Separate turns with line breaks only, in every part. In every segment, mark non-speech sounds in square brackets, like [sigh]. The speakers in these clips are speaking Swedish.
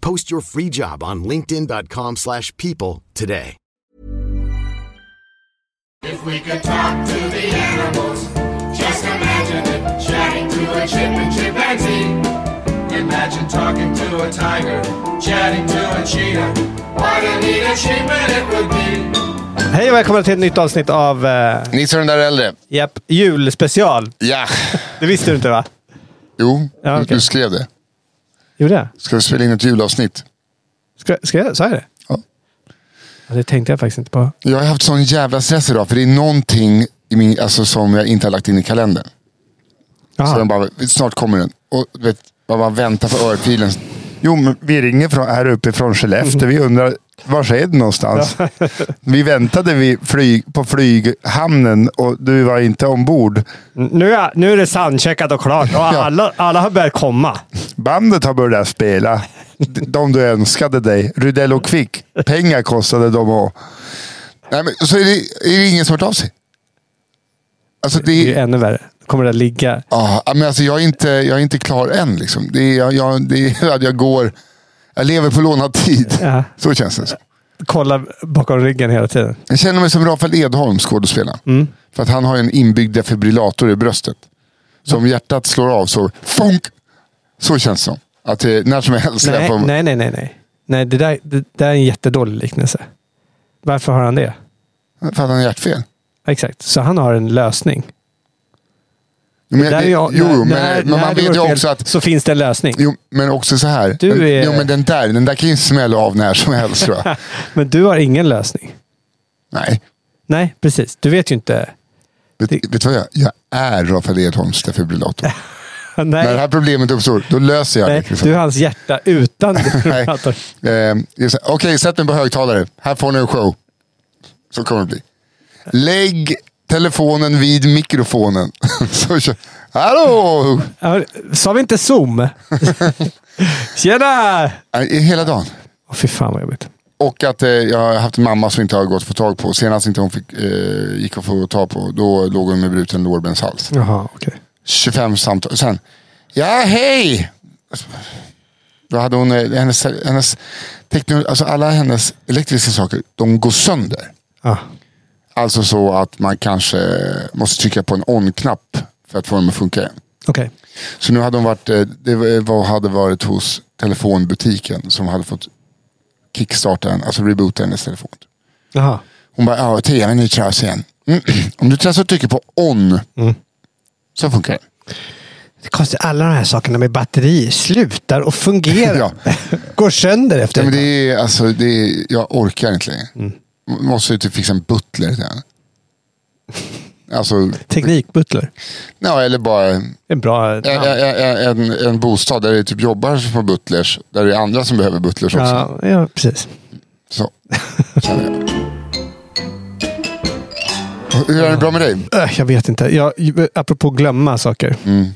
Post your free job on linkedin.com/people slash people today.
If we could talk to the animals, just imagine it. Chatting to a chip and chimpanzee. Imagine talking to a tiger, chatting to a cheetah. What a neat achievement it would be.
Hej och välkomna till ett nytt avsnitt av eh,
Ni som är den där äldre.
japp, julspecial.
Ja.
Det visste du inte va?
Jo,
Ja,
du-
okej.
du skrev det.
Gjorde jag?
Ska vi spela in ett julavsnitt?
Ska, ska jag? Sa jag det?
Ja.
Ja, Det tänkte jag faktiskt inte på.
Jag har haft sån jävla stress idag. För det är någonting i min, alltså, som jag inte har lagt in i kalendern. Så
Jaha.
den bara, snart kommer den. Och du vet, man bara väntar på örfilen. Jo, men vi ringer från, här uppe från Skellefteå. Vi undrar, var är det någonstans?
[laughs]
Vi väntade vid flyg, på flyghamnen och du var inte ombord.
Nu, är, nu är det soundcheckat
[laughs]
och klart och alla, alla har börjat komma.
Bandet har börjat spela. De du önskade dig. Rydell och Kvick. Pengar kostade de och... Nej, men så är det, är det ingen som har hört av sig. Alltså
Det är ju
det,
ännu värre. Kommer det att ligga?
ja, men alltså jag, är inte, jag är inte klar än. Liksom. Det, är- jag, jag, det, är att jag går... Jag lever på lånad tid.
Ja.
Så känns det. som.
Kolla bakom ryggen hela tiden. Mm.
Jag känner mig som Rafael Edholm, skådespelaren. För att han har en inbyggd defibrillator i bröstet. Så om hjärtat slår av så... Funk! Så känns det som. Att det, när som helst...
Nej,
på,
nej, nej, nej. Nej, nej det, där, det där är en jättedålig liknelse. Varför har han det?
För att han har hjärtfel.
Exakt, så han har en lösning.
Men,
Där är jag,
jo,
när-
jo, men,
när-
men
när
man
det
vet
går
ju
fel
också att...
Så finns det en lösning.
Jo, men också så här.
Du är-
Jo, men den där, den där kan ju smälla av när som helst tror
[laughs]
jag.
Men du har ingen lösning.
Nej,
Nej, precis. Du vet ju inte. [laughs]
vet,
Det-
vet du vad jag Jag är Rafael Edholms defibrillator. När det
Nej,
här problemet uppstår, då löser jag
nej
det. Liksom.
du är hans hjärta
[laughs]
utan [laughs]
Nej.
defibrillator.
Eh, det är så här, Okej, sätt mig på högtalare. Här får ni en show. Så kommer det bli. Lägg telefonen vid mikrofonen. [laughs] så kör... Hallå!
Ja, Sa vi inte Zoom? [laughs] Tjena!
Nej, Äh, Hela dagen.
Åh, fy fan vad jobbigt.
Och att eh, jag har haft en mamma som inte har gått att få tag på. Senast inte hon fick, eh, gick att få tag på, då låg hon med bruten lårbenshals.
Jaha, okej.
25 samtal. Sen, ja hej! Då hade hon, eh, hennes, hennes teknologi, alltså alla hennes elektriska saker, de går sönder.
Ja.
Alltså så att man kanske måste trycka på en on-knapp för att få dem att funka igen.
Okej.
Så nu hade hon varit, eh, det var, hade varit hos telefonbutiken som hade fått kickstarta en, alltså reboota hennes telefon.
Jaha.
Hon bara, ja, tvn är ju trasig igen. Mm. [clears throat] Om du trasar och trycker på on så funkar det.
Det är konstigt, alla de här sakerna med batteri slutar
[laughs]
och fungerar.
Ja.
Går sönder efter
Ja, men det är, alltså, det är, jag orkar inte längre. M- Måste ju typ fixa en butler till henne. [laughs] Alltså,
Teknikbutler.
ja, eller bara en,
En bra namn.
en, en, en bostad där det typ jobbar som på butlers. Där det är andra som behöver butlers också.
Ja, ja, precis.
Så. känner jag. Och Hur är det bra med dig?
Äh, Jag vet inte. Jag, apropå glömma saker.
Mm.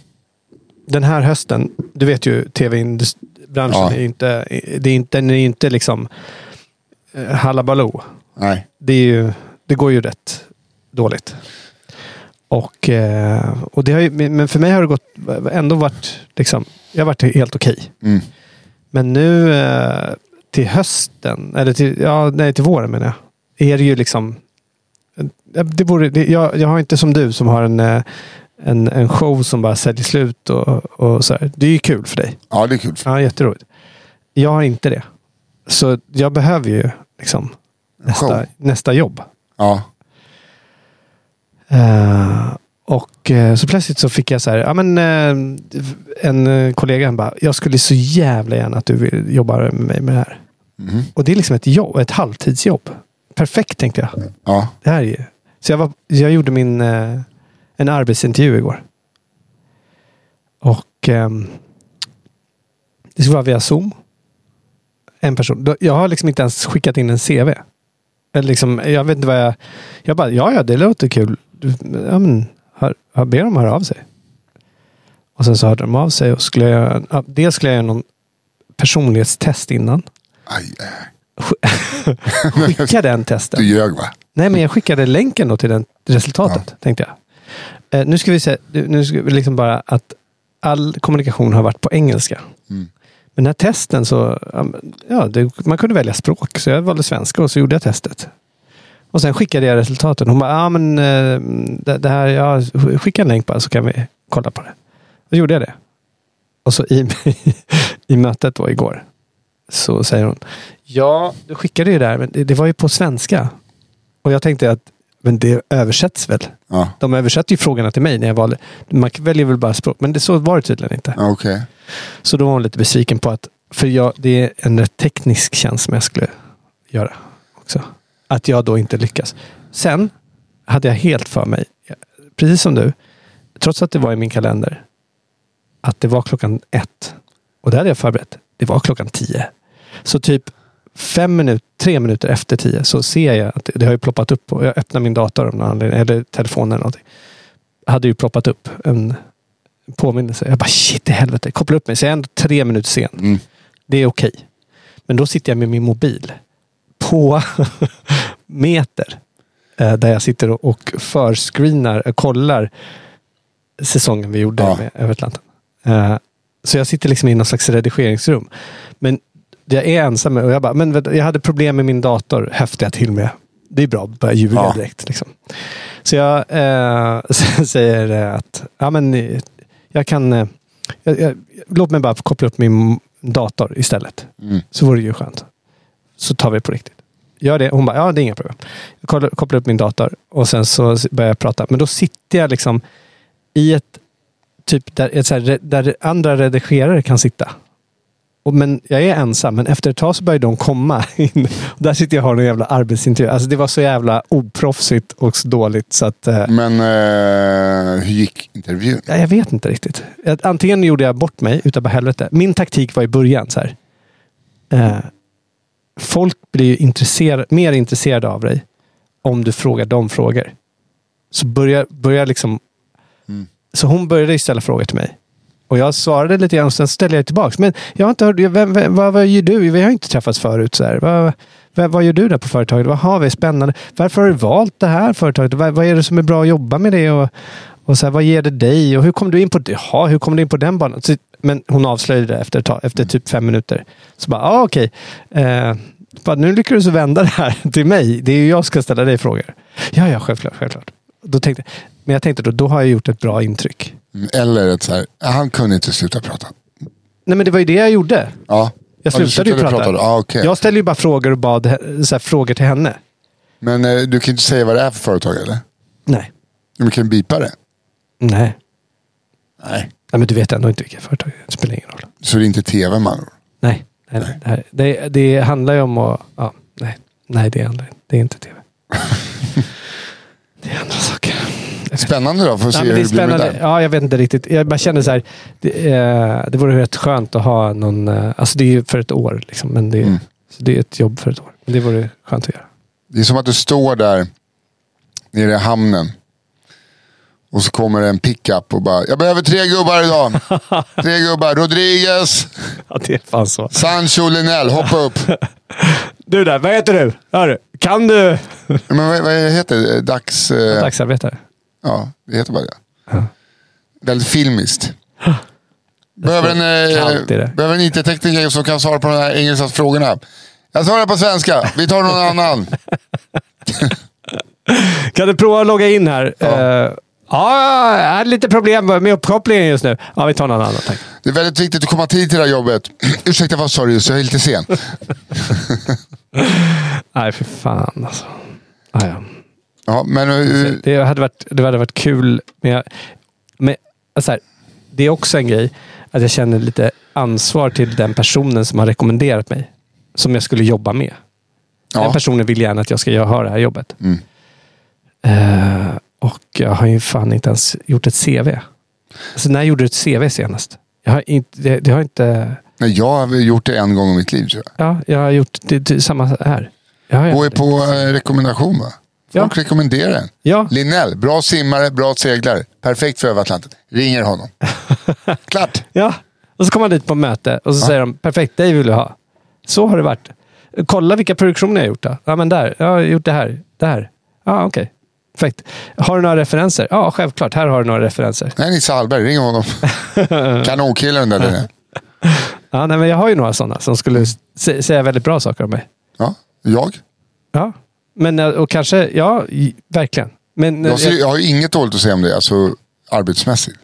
Den här hösten, du vet ju tv-branschen
Ja.
är ju inte, det är inte, den är inte liksom eh, hallabaloo.
Nej.
Det, är ju, det går ju rätt dåligt. Och, eh, och det har ju, men för mig har det gått, ändå varit, liksom, jag har varit helt okej.
Mm.
Men nu eh, till hösten, eller till, ja, nej, till våren menar jag, är det ju liksom... eh, Det vore, det, jag, jag har inte som du som har en, eh, en, en show som bara säljer slut och, och så här. Det är ju kul för dig.
Ja, det är kul.
Ja, jätteroligt. Jag har inte det. Så jag behöver ju liksom
Show.
nästa, nästa jobb.
Ja.
Eh, och eh, så plötsligt så fick jag så här, ja men eh, en eh, kollega han bara, jag skulle så jävla gärna att du vill- jobbar med mig med det här.
Mhm.
Och det är liksom ett jobb, ett halvtidsjobb. Perfekt tänkte jag.
Ja.
Det här är ju. Så jag, var, jag gjorde min, eh, en arbetsintervju igår. Och ehm, det skulle vara via Zoom. En person. Då- Jag har liksom inte ens skickat in en CV. Eller liksom, jag vet inte vad jag... Jag bara, ja, ja, det låter kul. Du- Ja, men, hör, hör, ber dem höra av sig. Och sen så hörde de av sig och skulle jag, göra en- ja, dels skulle jag göra någon personlighetstest innan.
Aj, aj.
Skicka den
[laughs]
testen.
Du ljög va?
Nej, men jag skickade länken då till den resultatet, tänkte jag. Eh, nu ska vi se, nu ska vi liksom bara att all kommunikation har varit på engelska.
Mm.
Men den här testen så, ja, men, ja, det, man kunde välja språk. Så jag valde svenska och så gjorde jag testet. Och sen skickade jag resultaten. Hon bara, ja men eh, det, det här, ja, skicka en länk bara så kan vi kolla på det. Då gjorde jag det. Och så i, [laughs] i mötet då igår så säger hon, ja du skickade ju det här men det, det var ju på svenska. Och jag tänkte att men det översätts väl?
Ja.
De översätter ju frågorna till mig när jag valde. Man väljer väl bara språk. Men det, så var det tydligen inte.
Ja, Okej.
Så då var hon lite besviken på att, för jag, det är en rätt teknisk tjänst som jag skulle göra också. Att jag då inte lyckas. Sen hade jag helt för mig, precis som du, trots att det var i min kalender, att det var klockan ett. Och det hade jag förberett. Det var klockan tio. Så typ fem minuter, tre minuter efter tio så ser jag att det, det har ju ploppat upp. Och jag öppnar min dator av någon anledning, eller telefonen eller någonting. Hade ju ploppat upp en påminnelse. Jag bara shit i helvete. Koppla upp mig. Så jag är ändå tre minuter sen.
Mm.
Det är okej. Men då sitter jag med min mobil på [laughs] meter. eh, Där jag sitter och- och förscreenar och kollar säsongen vi gjorde
Ja.
med Över Atlanten. Eh, Så jag sitter liksom i någon slags redigeringsrum. Men jag är ensam och jag bara, men vänta, jag hade problem med min dator, häftar jag till med. Det är bra, börja ljuga
Ja.
direkt. Liksom. Så jag eh, [laughs] så säger eh, att, ja men eh, jag kan, eh, jag, jag, låt mig bara få koppla upp min dator istället.
Mm.
Så vore det ju skönt. Så tar vi på riktigt. Gör det. Hon bara, ja det är inga problem. Jag kollar- kopplar upp min dator och sen så börjar jag prata. Men då sitter jag liksom i ett typ där, ett så här, där andra redigerare kan sitta. Och, men jag är ensam, men efter ett tag så börjar de komma [laughs] in. Och där sitter jag och har en jävla arbetsintervju. Alltså det var så jävla oproffsigt och så dåligt så att... Eh,
Men eh, hur gick intervjun?
ja, jag vet inte riktigt. Att Antingen gjorde jag bort mig utav bara helvete. Min taktik var i början så här. Eh, folk blir ju intresserade, mer intresserade av dig om du frågar dem frågor. Så börjar börja liksom...
Mm.
Så hon började ju ställa frågor till mig. Och jag svarade lite grann och sen ställde jag tillbaka. Men jag har inte hört, vem, vem, vad, vad gör du? Vi har ju inte träffats förut. Så här. Vad, vad, vad gör du där på företaget? Vad har vi spännande? Varför har du valt det här företaget? Vad, vad är det som är bra att jobba med det? Och, och så här, vad ger det dig? Och hur kom du in på det? Jaha, hur kom du in på den banan? Så, men hon avslöjade det efter, ett tag, efter typ fem minuter. Så bara, ah, okej. Eh, bara, nu lyckades du vända det här till mig. Det är ju jag som ska ställa dig frågor. Ja, ja, självklart. självklart. Då tänkte, men jag tänkte då, då har jag gjort ett bra intryck.
Mm, Eller ett så här, han kunde inte sluta prata.
Nej, men det var ju det jag gjorde.
Ja.
Jag
Ja, du
slutade ju prata.
då. Ja, okej.
Jag ställde ju bara frågor och bad he- så här, frågor till henne.
Men eh, du kan inte säga vad det är för företag eller?
Nej.
Du kan bipa det.
Nej.
Nej.
Nej, men du vet ändå inte vilka företag. Det spelar ingen roll.
Så det är inte tv man ord.
Nej. Nej, nej. Det, här, det, det handlar ju om att... Ja, nej. nej, det handlar Det är
[laughs]
inte tv. det är andra saker.
Spännande då, får vi se
Nej,
hur
men det är
det blir med
spännande.
det.
Ja, jag vet inte riktigt. Jag bara känner så här. Det, eh, det vore rätt skönt att ha någon... Eh, alltså det är ju för ett år liksom. Men det,
Mm.
så det är ett jobb för ett år. Men det vore skönt att göra.
Det är som att du står där nere i hamnen. Och så kommer det en pickup och bara, jag behöver tre gubbar
[laughs]
idag. Tre gubbar. Rodriguez,
Ja, det är fan så.
Sancho, Linell. Hoppa upp.
Du där, vad heter du? Hör, kan du?
Men vad, vad heter det? Dags... eh,
Dagsarbetare.
Ja, det heter bara det. Väldigt filmiskt. Behöver en,
kallt i
eh,
det.
behöver en IT-tekniker som kan svara på de här engelska frågorna. Jag svarar på svenska. Vi tar någon annan.
Kan du prova att logga in här? Ja, ja jag hade lite problem med uppkopplingen just nu. Ja, vi tar någon annan. Tack.
[clears throat] Det är väldigt viktigt att komma tid till det här jobbet. Ursäkta, vad sa du just? Jag är lite sen.
Nej, för fan alltså. Ah, ja.
Ja, men eh,
Det hade varit, det hade varit kul, men, jag, men så här, det är också en grej att jag känner lite ansvar till den personen som har rekommenderat mig. Som jag skulle jobba med. Den
ja,
personen vill gärna att jag ska göra- ha det här jobbet.
Mm.
Eh, och jag har ju fan inte ens gjort ett CV. Alltså, när gjorde du ett CV senast? Jag har inte... Det, det har inte
nej, jag har väl gjort det en gång i mitt liv. Tror jag.
ja, jag har gjort det, det, samma här. Jag har
Går ju
gjort det.
på eh, rekommendation va?
Ja.
Folk rekommenderar en.
Ja,
Linnell, bra simmare, bra seglare. Perfekt för överatlanten. Ringer
[laughs]
honom. Klart.
Ja, och så kommer han dit på möte och så säger de perfekt, dig vill vi ha. Så har det varit. Kolla vilka produktioner jag har gjort. Då. Ja, men där. Jag har gjort det här. Det här. Ja, okej. Perfekt. Har du några referenser? Ja, självklart. Här har du några referenser.
Nej, Nisse Hallberg, ring
[laughs]
honom. Kanonkille den där. Linnell.
Ja, nej, men jag har ju några sådana som skulle sä- säga väldigt bra saker om mig.
Ja, jag?
Ja, men eh, och kanske, ja, i- verkligen. Men eh,
Jag, ser,
jag,
jag har ju inget dåligt att säga om det, alltså arbetsmässigt.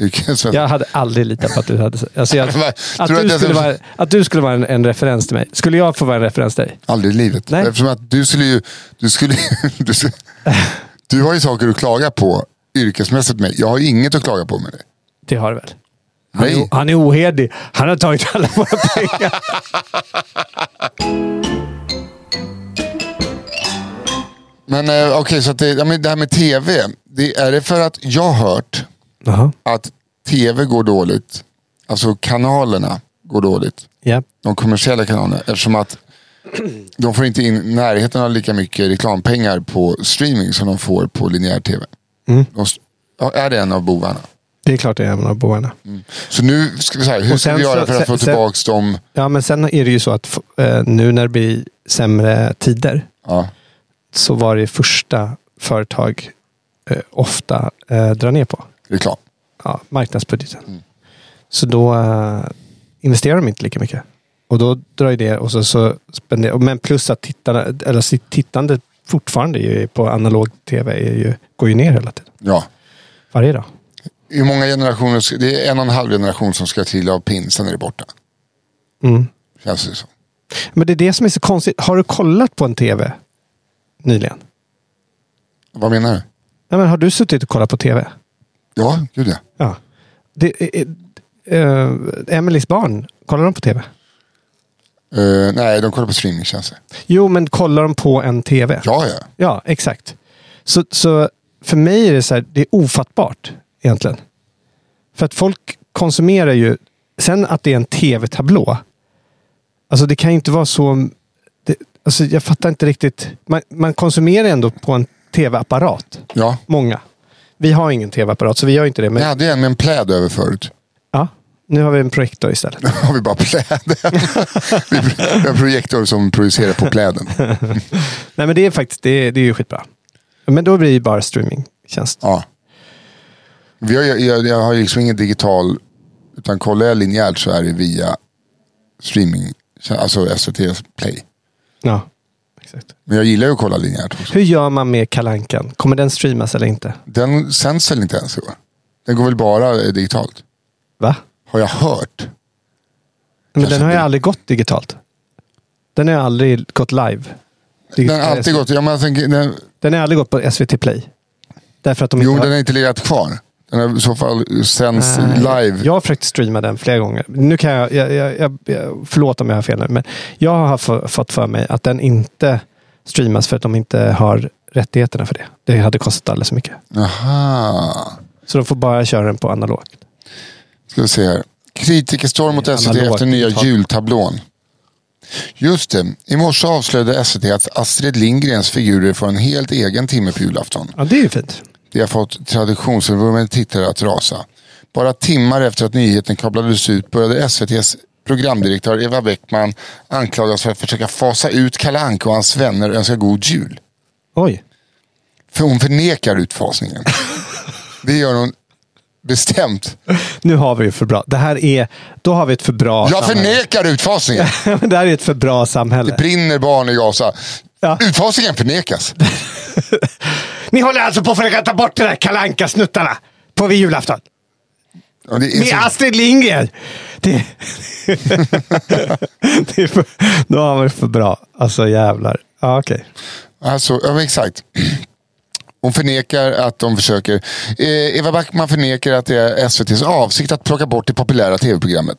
Yrkesmässigt.
jag hade aldrig litat på att du hade... Alltså [laughs] jag,
Tror
att,
du att
du
jag-
skulle vara, att du skulle vara en, en referens till mig. Skulle jag få vara en referens till dig?
Aldrig i livet.
Nej.
Eftersom att du skulle ju... Du, skulle, [laughs] du, skulle, du har ju saker att klaga på yrkesmässigt med. Jag har ju inget att klaga på med dig.
Det har du väl? Han är,
Nej.
han är ohederlig. Han har tagit alla våra pengar.
Men eh, okej, så att det, ja, men det här med tv. Det, är det för att jag har hört
Jaha.
att tv går dåligt? Alltså kanalerna går dåligt.
Ja.
De kommersiella kanalerna. Eftersom att [clears throat] de får inte in närheten av lika mycket reklampengar på streaming som de får på linjär tv. De s- ja, är det en av bovarna?
Mm. Det är klart det är en av bovarna.
Så nu ska vi säga, hur
Och
ska
sen
vi göra
så-
för att få
sen- sen-
tillbaka dem?
Ja, men sen är det ju så att f- eh, nu när det blir sämre tider
Ja,
så var det första företag eh, ofta eh, drar ner på.
reklam.
Ja, marknadsbudgeten. Så då eh, investerar de inte lika mycket. Och då drar ju det och så, så spenderar, och Men plus att tittarna, eller sitt tittande fortfarande ju på analog tv är ju, går ju ner hela tiden.
Ja.
Varje dag.
Hur många generationer? ska- Det är en och en halv generation som ska trilla av pinn, sen är det borta.
Mm.
Känns det som.
Men det är det som är så konstigt. Har du kollat på en tv nyligen?
Vad menar du?
Nej, men har du suttit och kollat på tv?
Ja, gud ja.
Ja. Det, är- eh, Emelies barn, kollar de på tv?
Eh, nej, de kollar på streamingtjänster.
Jo, men kollar de på en tv?
Ja, ja.
Ja, exakt. Så, så för mig är det så här, det är ofattbart egentligen. För att folk konsumerar ju, sen att det är en tv-tablå. Alltså det kan ju inte vara så, det, alltså jag fattar inte riktigt. Man, man konsumerar ändå på en tv-apparat.
ja.
Många. Vi har ingen tv-apparat, så vi gör inte det. Men
Jag hade ju en med en pläd över förut. [laughs]
ja, nu har vi en projektor istället.
Nu har [laughs] vi bara pläden. vi vi har projektor som projicerar på pläden.
Nej, men det är faktiskt det är, det är ju skitbra. Men då blir det ju bara streamingtjänst.
Ja. Vi har, jag, jag, jag har ju liksom ingen digital, utan kollar jag linjärt så är det via streaming, alltså SVT Play.
Ja, exakt.
Men jag gillar ju att kolla linjärt också.
Hur gör man med Kalankan? Kommer den streamas eller inte?
Den sänds väl inte ens i år? Den går väl bara eh, digitalt?
Va?
Har jag hört.
Men
Kanske
den har ju
inte.
aldrig gått digitalt. Den har ju aldrig gått live. Dig-
Den har alltid gått, ja, men jag tänker, den,
Den har aldrig gått på SVT Play. Därför att de
jo
inte
den
har...
har inte legat kvar. Den har i så fall sänds live.
Eh, Jag har försökt streama den flera gånger. Nu kan jag, jag, jag, jag, jag förlåt om jag har fel nu, men jag har f- fått för mig att den inte streamas för att de inte har rättigheterna för det. Det hade kostat alldeles för mycket.
Aha.
Så de får bara köra den på analogt.
Ska vi se här. Kritikerstorm mot SVT
analog
efter nya
digital.
jultablån. Just det, i morse avslöjade SVT att Astrid Lindgrens figurer får en helt egen timme på julafton.
Ja, det är ju fint.
Det har fått traditionsförbundade tittare att rasa. Bara timmar efter att nyheten kablades ut började SVTs programdirektör Eva Bäckman anklagas för att försöka fasa ut Kalle Anka och hans vänner och önska god jul.
Oj.
För hon förnekar
[laughs]
utfasningen. Det gör hon bestämt.
Nu har vi ju för bra. Det här är... Då har vi ett för bra
Jag förnekar utfasningen.
förnekar! [laughs] det här är ett för bra samhälle.
Det brinner barn i Gaza.
Ja.
Utfasningen förnekas.
Ni håller alltså på för att ta bort de där kalanka snuttarna på vid julafton?
Ja, det är
Med
så-
Astrid Lindgren! Det... [laughs] det är för... Då har man det för bra. Alltså jävlar. Ja, okej.
Alltså, ja, men exakt. Hon förnekar att de försöker. Eh, Eva Backman förnekar att det är SVTs avsikt att plocka bort det populära tv-programmet.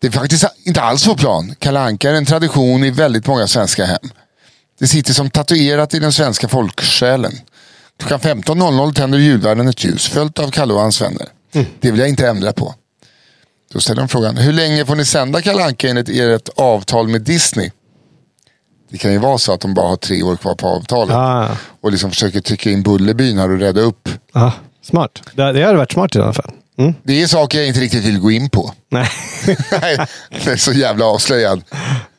Det är faktiskt inte alls vår plan. Kalle Anka är en tradition i väldigt många svenska hem. Det sitter som tatuerat i den svenska folksjälen. Klockan 15.00 tänder julvärden ett ljus, följt av Kalle och hans vänner. Det vill jag inte ändra på. Då ställer de frågan, hur länge får ni sända Kalle Anka enligt ert avtal med Disney? Det kan ju vara så att de bara har tre år kvar på avtalet.
Ah.
Och liksom försöker trycka in Bullerbyn här och rädda upp.
Aha, ah. Smart. Det, det hade varit smart i alla fall. Mm.
Det är saker jag inte riktigt vill gå in på. [laughs]
Nej. [laughs]
Nej, det är så jävla avslöjad.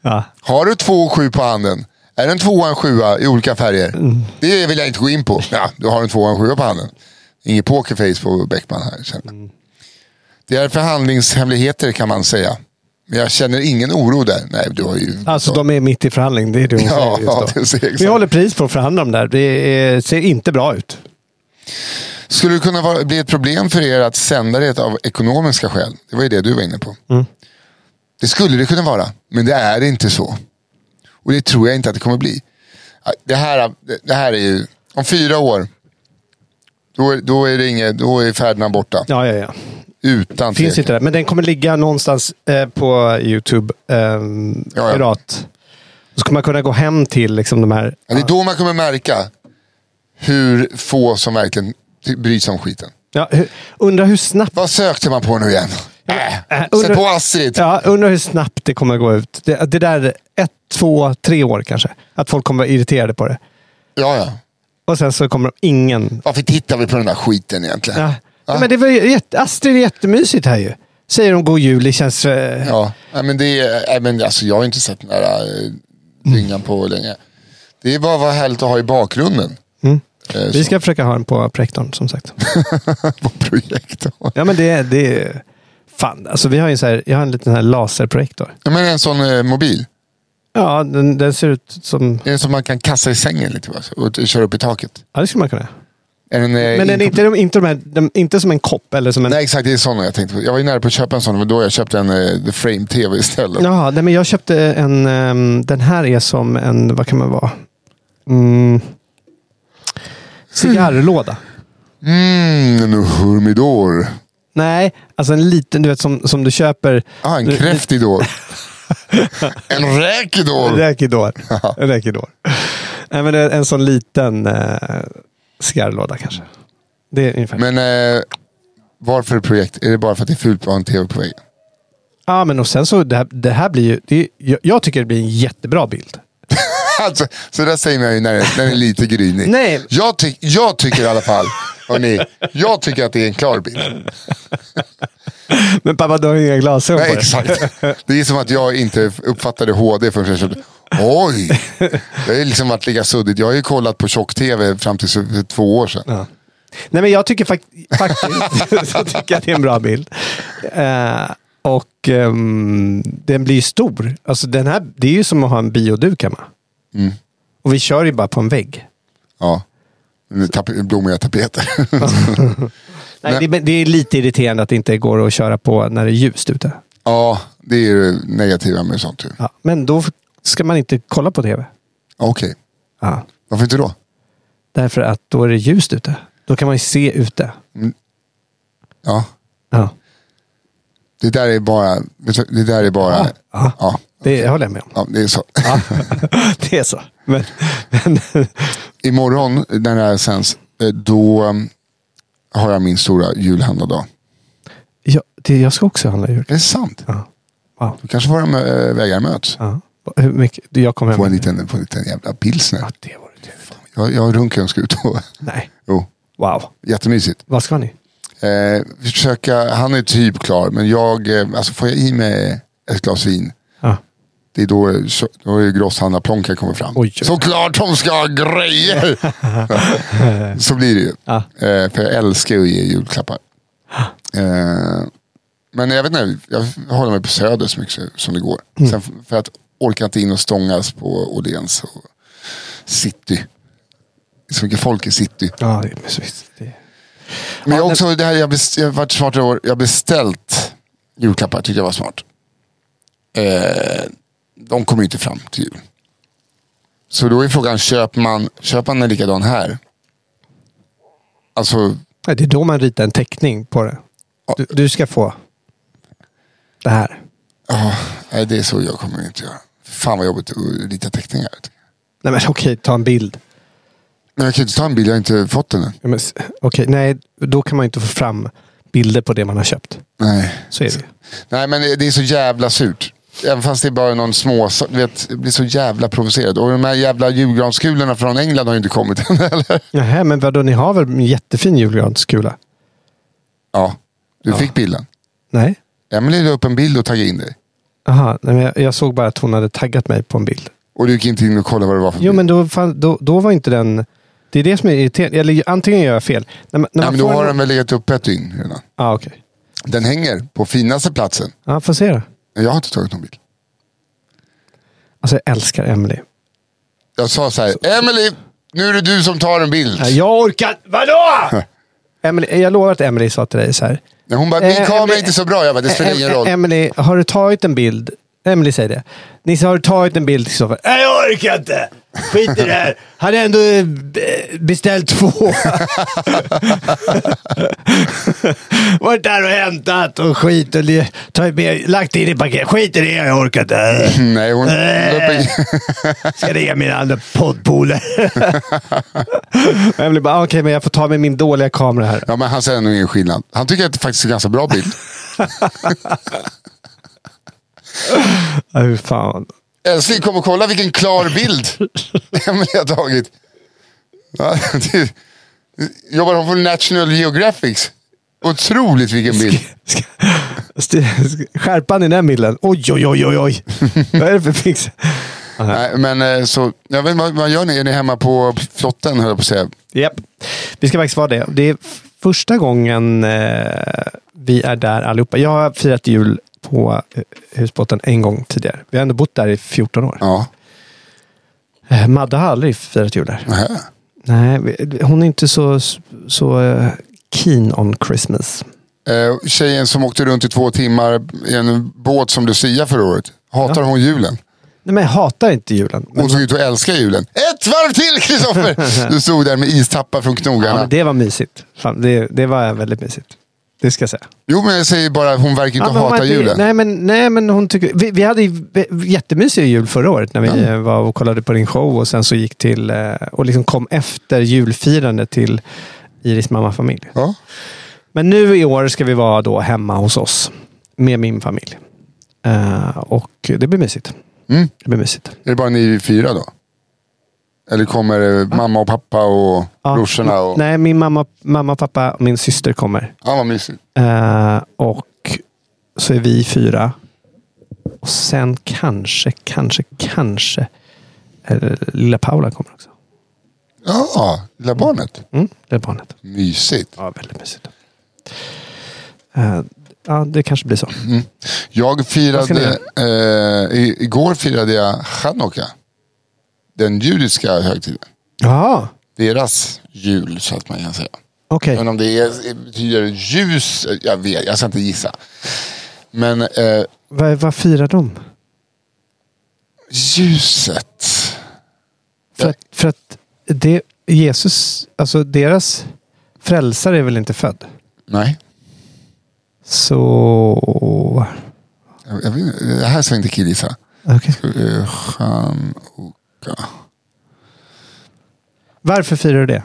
Ja.
Har du två och sju på handen? Är den tvåa en sjua i olika färger?
Mm.
Det vill jag inte gå in på. Ja, du har en tvåa och en sjua på handen. Inget pokerface på Beckman här. känner jag.
Mm.
Det är förhandlingshemligheter kan man säga. Men jag känner ingen oro där. Nej, du har ju...
Alltså de är mitt i förhandling. Det är det hon
Ja,
säger just då.
det ser exakt.
Vi håller pris på att förhandla om det här. Det eh, ser inte bra ut.
Skulle det kunna vara, bli ett problem för er att sända det av ekonomiska skäl? Det var ju det du var inne på.
Mm.
Det skulle det kunna vara, men det är inte så. Och det tror jag inte att det kommer bli. Det här, det här är ju, om fyra år, då, är- då är det inget, då är färderna borta.
Ja, ja, ja.
Utan
Finns
tvekan.
inte där. Men den kommer ligga någonstans eh, på YouTube. Eh,
ja.
Pirat. Då ska man kunna gå hem till liksom, de här...
Ja, Det är då man kommer märka hur få som verkligen ty- bryr sig om skiten.
Ja, hur, undrar hur snabbt...
Vad sökte man på nu igen? Äh,
Äh,
Sätt
undrar-
på Astrid.
Ja, undrar hur snabbt det kommer gå ut. Det, det där ett, två, tre år kanske. Att folk kommer vara irriterade på det.
Ja, ja.
Och sen så kommer ingen...
Varför tittar vi på den där skiten egentligen?
Ja.
Ja.
Ja, men det var ju jätte, Astrid är jättemysigt här ju. Säger de god jul, det känns... Eh,
Ja, nej, men det är, nej, men alltså, jag har inte sett den där eh, dyngan på länge. Det är bara vad härligt att ha i bakgrunden. Eh,
Mm. vi
så-
ska försöka ha den på prektorn som sagt.
på [laughs] projektorn.
Ja men det är... Det, är- fan, alltså vi har ju en så här, jag har en liten här laserprojektor.
Ja, men en sån eh, mobil.
Ja, den, den ser ut som...
En som man kan kasta i sängen lite bara, så- och t- köra upp i taket.
Ja, det skulle man kunna göra.
Är den, eh,
Men den är
inkopplad?
inte, de, inte, de här, de, inte som en kopp eller som en...
Nej exakt, det är sån jag tänkte på. Jag var ju nära på att köpa en sån, men då jag köpte en eh, The Frame TV istället.
Jaha, nej men jag köpte en... ehm, den här är som en... Vad kan man vara? Mm, cigarrlåda.
Mm, en humidor.
Nej, alltså en liten, du vet som, som du köper...
Ah, en
Du-
kräftidor.
[laughs]
en räkidor.
Räkidor. En Räkidor. Nej, men det är en sån liten eh, cigarrlåda kanske. Det är ungefär.
Men eh, varför projekt? Är det bara för att det är fult att ha en TV på väggen?
ja, men och sen så, det här, det här blir ju... Det är, jag, jag tycker det blir en jättebra bild.
[laughs] Alltså, så där säger man ju när, när den är lite grynig.
Nej.
Jag, ty- jag tycker i alla fall, hörni, jag tycker att det är en klar
[laughs]
bild.
Men pappa, du har ju inga glasögon
Nej,
på dig.
exakt. Det är som att jag inte uppfattade HD förrän jag köpte. Oj! Det har ju liksom varit lika suddigt. Jag har ju kollat på tjock-tv fram till så- för två år sedan.
Nej, men jag tycker fakt- faktiskt [laughs] så tycker jag att det är en bra bild. Eh, och ehm, den blir ju stor. Alltså, den här, det är ju som att ha en bioduk hemma. Och vi kör ju bara på en vägg.
Ja. Nu tap- Blommiga tapeter. [laughs]
Nej, det, det är lite irriterande att det inte går att köra på när det är ljust ute.
ja, det är ju det negativa med sånt. ju.
Ja, men då f- ska man inte kolla på tv.
Okej,
Ja.
varför inte då?
Därför att då är det ljust ute. Då kan man ju se ute.
Ja,
Ja.
det där är bara... Det där är bara...
Ja.
Ja,
Det håller jag med om.
ja det är så.
[laughs] Det är så. Men, men, [laughs]
Imorgon när det här sänds, eh, då um, har jag min stora julhandlardag.
jag, det, jag ska också handla jul.
Är det sant?
Ja. Wow.
Då kanske våra mö- eh, vägar möts.
Ja. Hur mycket? Jag kommer hem.
På en liten, på en liten jävla pilsner.
Ja, det var det trevligt.
Jag, jag och Runken ska ut och... [laughs]
Nej.
Jo,
Wow.
jättemysigt.
Vad ska ni?
Eh, försöka, han är typ klar, men jag, eh, alltså får jag i mig ett glas vin,
Ja.
det är då, eh, så- då är ju grosshandlarplånkan kommer fram.
Oj, oj.
Såklart de ska ha
[laughs]
grejer! så blir det ju.
Ja.
Eh, för jag älskar ju att ge
[gasps]
julklappar. Eh, men jag vet inte, jag håller mig på Söder så mycket som det går.
Mm.
Sen f- för att orka inte in och stångas på Åhléns och city. Det är Så mycket folk i city.
Ja, det är mysigt. Det...
Men jag
Ja,
också, det här, jag, bes- jag har varit smartare i år. Jag har beställt julklappar, tyckte jag var smart. Eh, de kommer ju inte fram till jul. Så då är frågan, köper man, köper man en likadan här? Alltså,
Nej, det är då man ritar en teckning på det. Du, du ska få det här.
nej, det är så jag kommer inte göra. Fan vad jobbigt att rita teckningar.
Nej men okej, ta en bild.
Men jag kan ju inte ta en bild, jag har inte fått den än.
Ja, men s- Okej, nej, då kan man ju inte få fram bilder på det man har köpt.
Nej.
Så är det ju.
Nej, men det- det är så jävla surt. Även fast det är bara någon små... Du vet, jag blir så jävla provocerad. Och de här jävla julgranskulorna från England har ju inte kommit än [laughs] heller.
Nähä, men vadå, ni har väl en jättefin julgranskula?
Ja, du fick bilden.
Nej?
Emelie la upp en bild och taggade in dig.
Aha, nej, men jag, jag såg bara att hon hade taggat mig på en bild.
Och du gick inte in och kollade vad det var för
Jo,
bild.
men då, fan, då, då var inte den... Det är det som är irriterande. Eller antingen gör jag fel. När, man- när
Nej,
man
men då
får
har
en-
den väl legat uppe ett dygn redan.
Ja, okej.
Den hänger på finaste platsen.
Ja, får se då.
Men Jag har inte tagit någon bild.
Alltså, jag älskar Emily.
Jag sa så här, Emelie, nu är det du som tar en bild.
Nej, Jag orkar Vadå? [laughs] Emily, jag lovar att Emily sa till dig så här.
Nej, Hon bara, min
Eh,
kamera är
Emily-
inte så bra. Jag bara, det spelar
Em-
ingen roll.
Emily, har du tagit en bild? Emily säger det. Nisse, har du tagit en bild till soffan? Nej, jag orkar inte! Skit i det här. [laughs] Hade ändå eh, be- beställt två. Varit där och hämtat och skit och le- tagit med, lagt in i paket. Skit i det, jag orkar inte.
[clears throat] Nej, hon...
Eh. Ska ringa mina andra poddpolare. Emily bara, ah, okej, [laughs] men jag får ta med min dåliga kamera här.
[laughs] Ja, men han säger nog ingen skillnad. Han tycker att det faktiskt är en ganska bra bild.
Ah, hur fan.
Älskling, kom och kolla vilken klar
[laughs]
bild Emelie har tagit. Ja, det, jobbar hon för National Geographic? Otroligt vilken bild.
Ska- ska- ska- Skärpan i den bilden. Oj, oj, oj, oj, oj. Vad är det för fix?
Nej, men eh, så, jag vet, inte, vad, vad gör ni? Är ni hemma på flotten höll jag på att säga.
Japp. Vi ska faktiskt vara det. Det är första gången eh, vi är där allihopa. Jag har firat jul på eh, husbåten en gång tidigare. Vi har ändå bott där i 14 år.
Ja.
Eh, Madde har aldrig firat jul där.
Nähä.
Nej, vi- hon är inte så, så eh, keen on Christmas.
Eh, Tjejen som åkte runt i två timmar i en båt som Lucia förra året. Hatar hon julen?
Nej, men jag hatar inte julen. Men,
Hon såg ut att älska julen. Ett varv till
[laughs]
Kristoffer! Du stod där med istappar från knogarna.
ja, men det var mysigt. Fan, det, det var väldigt mysigt. Det ska jag säga.
Jo, men jag säger bara att hon verkar inte
Ja, men hon
hata
hade-
julen.
Nej men, nej, men hon tycker... Vi, vi hade ju v- jättemysig jul förra året när vi
Mm.
eh, var och kollade på din show och sen så gick till... eh, Och liksom kom efter julfirande till Iris mammafamilj.
Ja.
Men nu i år ska vi vara då hemma hos oss. Med min familj. Eh, och det blir mysigt.
Mm.
Det blir mysigt.
Är det bara ni fyra då? Eller kommer eh, mamma och pappa och
Ja.
brorsorna? Och...
Nej, min mamma, mamma, pappa och min syster kommer.
Ja, vad mysigt.
Eh, och så är vi fyra. Och sen kanske, kanske, kanske eh, lilla Paula kommer också.
Ja, lilla barnet.
Mm, det är barnet.
Mysigt.
Ja, väldigt mysigt. Eh, ja, det kanske blir så.
Jag
ska ni
firade, eh, i- igår firade jag chanukka. Den judiska högtiden.
Jaha,
Deras jul så att man kan säga.
okej.
Men om det är, betyder ljus, jag vet, jag ska inte gissa. Men eh,
Vad- Vad firar de?
ljuset.
För, att- för att det, Jesus, alltså deras frälsare är väl inte född?
Nej,
Så...
jag, jag, vet inte. det här ska inte killgissa.
okej.
Eh, Chanukka.
Varför firar du det?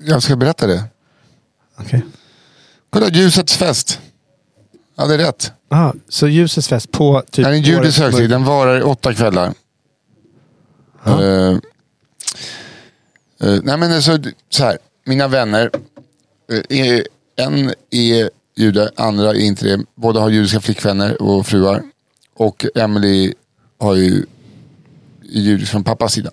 Jag ska berätta det.
Okej.
Kolla, ljusets fest. Ja, det är rätt.
Aha, Ah, så ljusets fest på
Det
typ...
här är en judisk
årets
högtid.
början.
Den varar i åtta kvällar.
Ja.
Eh, eh, nej, men alltså, så här. Mina vänner. eh, är- en är jude, andra är inte det. Båda har judiska flickvänner och fruar. Och Emily har ju är judisk från pappas sida.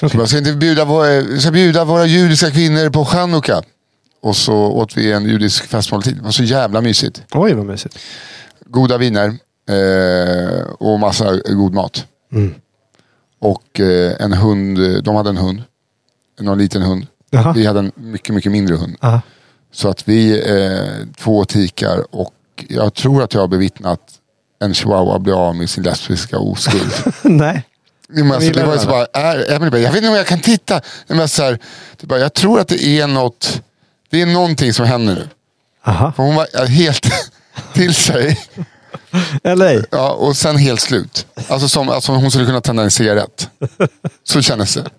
Så
Okej.
jag ska, inte bjuda våra, vi ska bjuda våra judiska kvinnor på chanukka. Och så åt vi en judisk festmåltid. Det var så jävla mysigt.
Oj, vad mysigt.
goda viner eh, och massa god mat.
Mm.
Och eh, en hund, de hade en hund. Någon liten hund.
Jaha.
Vi hade en mycket, mycket mindre hund.
Aha.
Så att vi, eh, två tikar och jag tror att jag har bevittnat en chihuahua bli av med sin lesbiska oskuld.
[laughs] [laughs] Nej.
Nej, men alltså,
gillar
det var ju så
den,
bara, är, jag, menar bara, jag vet inte om jag kan titta. Nej, Men alltså, så här, det bara, jag tror att det är något, det är någonting som händer nu.
Aha.
För hon var ja, helt [laughs] till sig
Eller
ja, och sen helt slut. Alltså som alltså hon skulle kunna tända en cigarett. Så kändes det.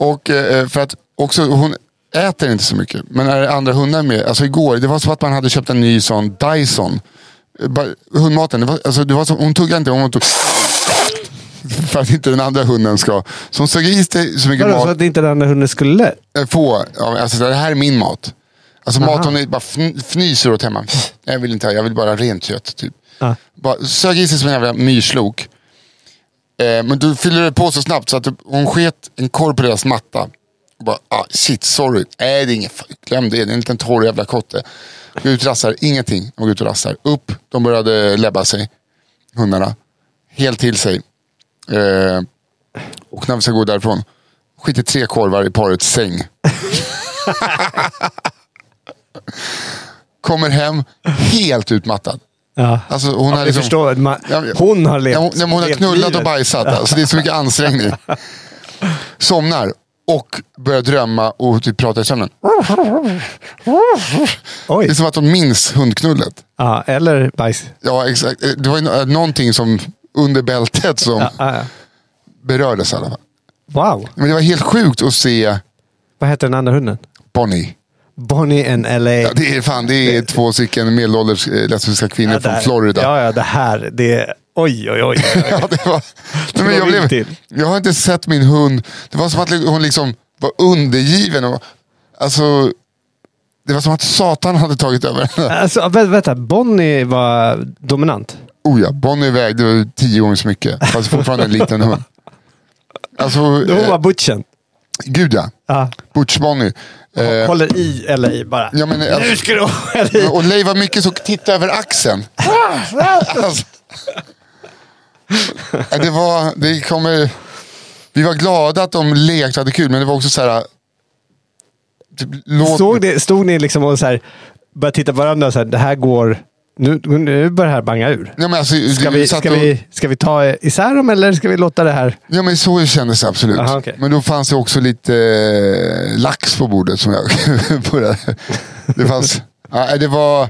Och eh, för att också hon äter inte så mycket. Men är det andra hundar med? Alltså igår, det var som att man hade köpt en ny sån Dyson. Eh, bara- Hundmaten, det var, alltså, det var som, hon tuggade inte. Hon tog, för att inte den andra hunden ska. Så hon sög i sig så mycket
Vadå,
mat
så att inte den där hunden skulle?
eh, få, ja, alltså det här är min mat. Alltså mat hon är- bara fn- fnyser åt hemma. Nej, jag vill inte ha, jag vill bara ha rent kött. Typ.
Ja.
Bara sög i sig som en jävla myrslok. Eh, men du fyller det på så snabbt så att du, hon sket en korv på deras matta. Och bara, ah, shit, sorry. Nej, det är ingen fa- Glöm det, det är en liten torr jävla kotte. Går ut och rastar, ingenting. De går ut och rastar. Upp, de började läbba sig. Hundarna. Helt till sig. Eh, och när vi ska gå därifrån. Skiter tre korvar i parets
[laughs]
säng. Kommer hem helt utmattad.
Ja.
Alltså, hon har
Jag
liksom-
förstår. Man,
Ja, men-
hon har levt.
Ja, hon, nej, men hon har
levt
knullat
livet.
och bajsat. Alltså, det är så mycket ansträngning. Somnar och börjar drömma och typ pratar i sömnen.
Oj.
Det är som att hon minns hundknullet.
Ja, Ah, eller bajs.
Ja, exakt. Eh, Det var ju nå- eh, någonting som under bältet som
Ja, Ah, ja, ja.
berördes i alla fall.
Wow.
Men det var helt sjukt att se
Vad heter den andra hunden?
Bonnie.
Bonnie and LA.
Ja, det är fan, det är två stycken medelålders eh, lesbiska kvinnor
Ja, där.
från Florida.
Ja, ja, det här. Det är... Oj, oj,
[laughs]
oj.
Ja, det var, nej,
var
men jag, blev,
vilt till.
jag har inte sett min hund. Det var som att hon liksom var undergiven. Och, alltså, det var som att Satan hade tagit över
[laughs]
henne.
Alltså, vä- vänta. Bonnie var dominant.
Oh ja, Bonnie vägde ju tio gånger så mycket. Fast fortfarande en liten hund.
[laughs]
Alltså,
Hon var
eh,
butchen.
gud ja.
Ja.
Butch Bonnie. Eh,
Håller i LA bara.
ja, men, alltså,
Nu ska du ha LA.
och Leif var mycket så titta över axeln. Alltså. Ja, Det var, det kommer, vi var glada att de lekte och hade kul, men det var också så här... Typ, låt,
Såg ni, stod ni liksom och så här, började titta på varandra och så här, det här går... Nu, nu börjar det här banga ur.
Ja, men alltså,
Ska vi,
satt
ska,
och-
vi, ska vi ta isär dem eller ska vi låta det här...
Ja, men så kändes det absolut.
Aha, okej.
Men då fanns det också lite eh, lax på bordet som jag [laughs] började. Det fanns... Ja, det var...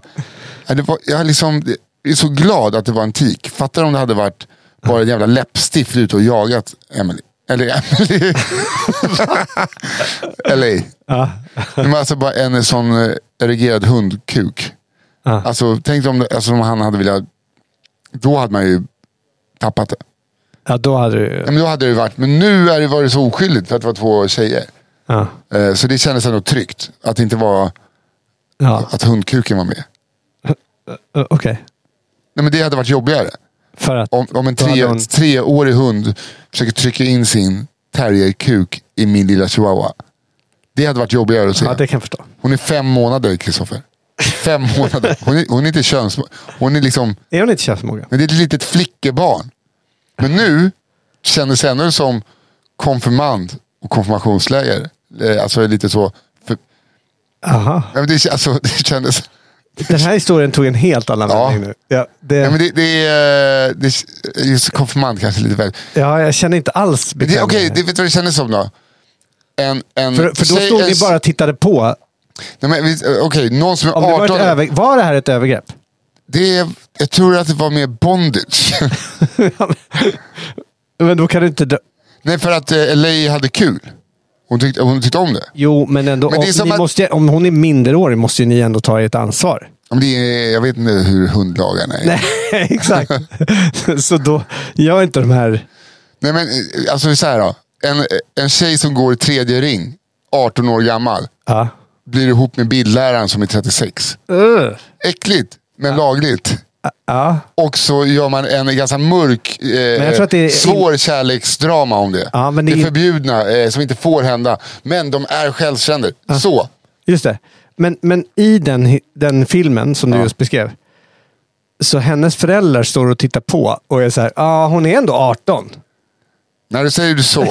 Ja, det var jag, liksom, jag är så glad att det var en tik. Fattar om det hade varit bara en jävla läppstift ute och jagat Emily. Eller Emily. [laughs] Eller
Ja.
Men alltså bara en sån eh, erigerad hundkuk.
Ja.
Alltså tänk om, det- alltså, om han hade velat... Då hade man ju tappat det.
Ja, då hade du...
Ja, men då hade det varit, men nu är det varit så oskyldigt för att det var två tjejer.
Ja.
Eh, Så det kändes ändå tryggt att det inte var
ja.
att hundkuken var med.
Okej.
Nej, men det hade varit jobbigare.
För att...
Om, om en
Då hade
tre,
hon-
treårig hund försöker trycka in sin terrierkuk i min lilla chihuahua. Det hade varit jobbigare att se.
Ja, det kan jag förstå.
Hon är fem månader, Kristoffer. Fem månader. Hon är, hon är inte köns... Hon är liksom...
Är hon inte könsmogen?
Men det är ett litet flickebarn. Men nu kändes det ändå som konfirmand och konfirmationsläger. Eh, Alltså lite så. För,
Aha.
ja, men det, alltså, [laughs] det kändes...
Den här historien tog en helt annan
Ja.
vändning nu. Ja, det,
Ja,
ja,
men det, det, är, eh, det, är- just konfirmand kanske lite väl.
jag känner inte alls
Men det-
bekvämlighet.
Okej, det vet du vad det kändes som då? En, en,
För, för då
säg
stod
en-
ni bara och tittade på.
Nej, men vi- Okej, någon som är
Om det var,
18.
ett över, var det här ett övergrepp?
det är, jag tror att det var mer bondage. [laughs]
Men då kan du inte... dra-
Nej, för att eh, LA hade kul. Hon tyckte, hon tyckte om det.
Jo, men ändå.
Men det är
om,
som
ni
att-
måste, om hon är minderårig måste ju ni ändå ta
[laughs]
ert ansvar.
Men det är, jag vet inte hur hundlagarna är.
Nej, [laughs] exakt. så då gör inte de här...
Nej men eh, alltså så här då. En, en tjej som går i tredje ring, 18 år gammal,
Ja.
blir ihop med bildläraren som är 36.
Ugh.
Äckligt, men lagligt.
Ja.
Och så gör man en ganska mörk, eh,
jag tror att det är-
svår kärleksdrama om det.
Ja, men
det
det
är
är-
förbjudna, eh, som inte får hända. Men de är självständiga. Så.
Just det. Men, men i den, hi- den filmen som du just beskrev. Så hennes föräldrar står och tittar på och är så här, ja ah, hon är ändå 18.
När du säger så.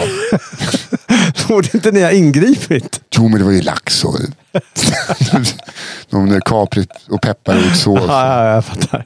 [laughs] Borde inte ni ha ingripit?
Jo men det var ju lax och De där kaprit och pepparrotssås.
Ja, ja, jag fattar.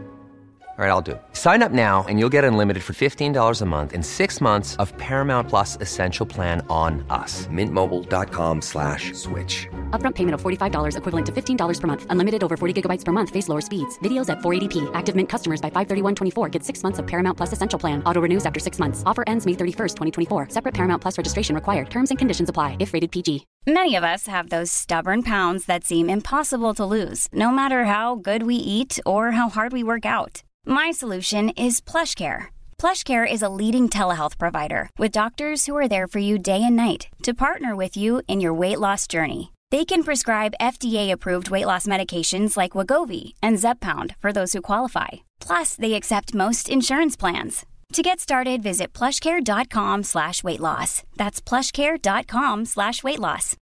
All right, I'll do it. Sign up now and you'll get unlimited for $15 a month in six months of Paramount Plus Essential Plan on us. Mintmobile.com slash switch.
Upfront payment of $45 equivalent to $15 per month. Unlimited over 40 gigabytes per month. Face lower speeds. Videos at 480p. Active Mint customers by 531.24 get six months of Paramount Plus Essential Plan. Auto renews after six months. Offer ends May 31st, 2024. Separate Paramount Plus registration required. Terms and conditions apply if rated PG.
Many of us have those stubborn pounds that seem impossible to lose, no matter how good we eat or how hard we work out. My solution is PlushCare. PlushCare is a leading telehealth provider with doctors who are there for you day and night to partner with you in your weight loss journey. They can prescribe FDA-approved weight loss medications like Wagovi and Zepbound for those who qualify. Plus, they accept most insurance plans. To get started, visit plushcare.com slash weight loss. That's plushcare.com slash weight loss.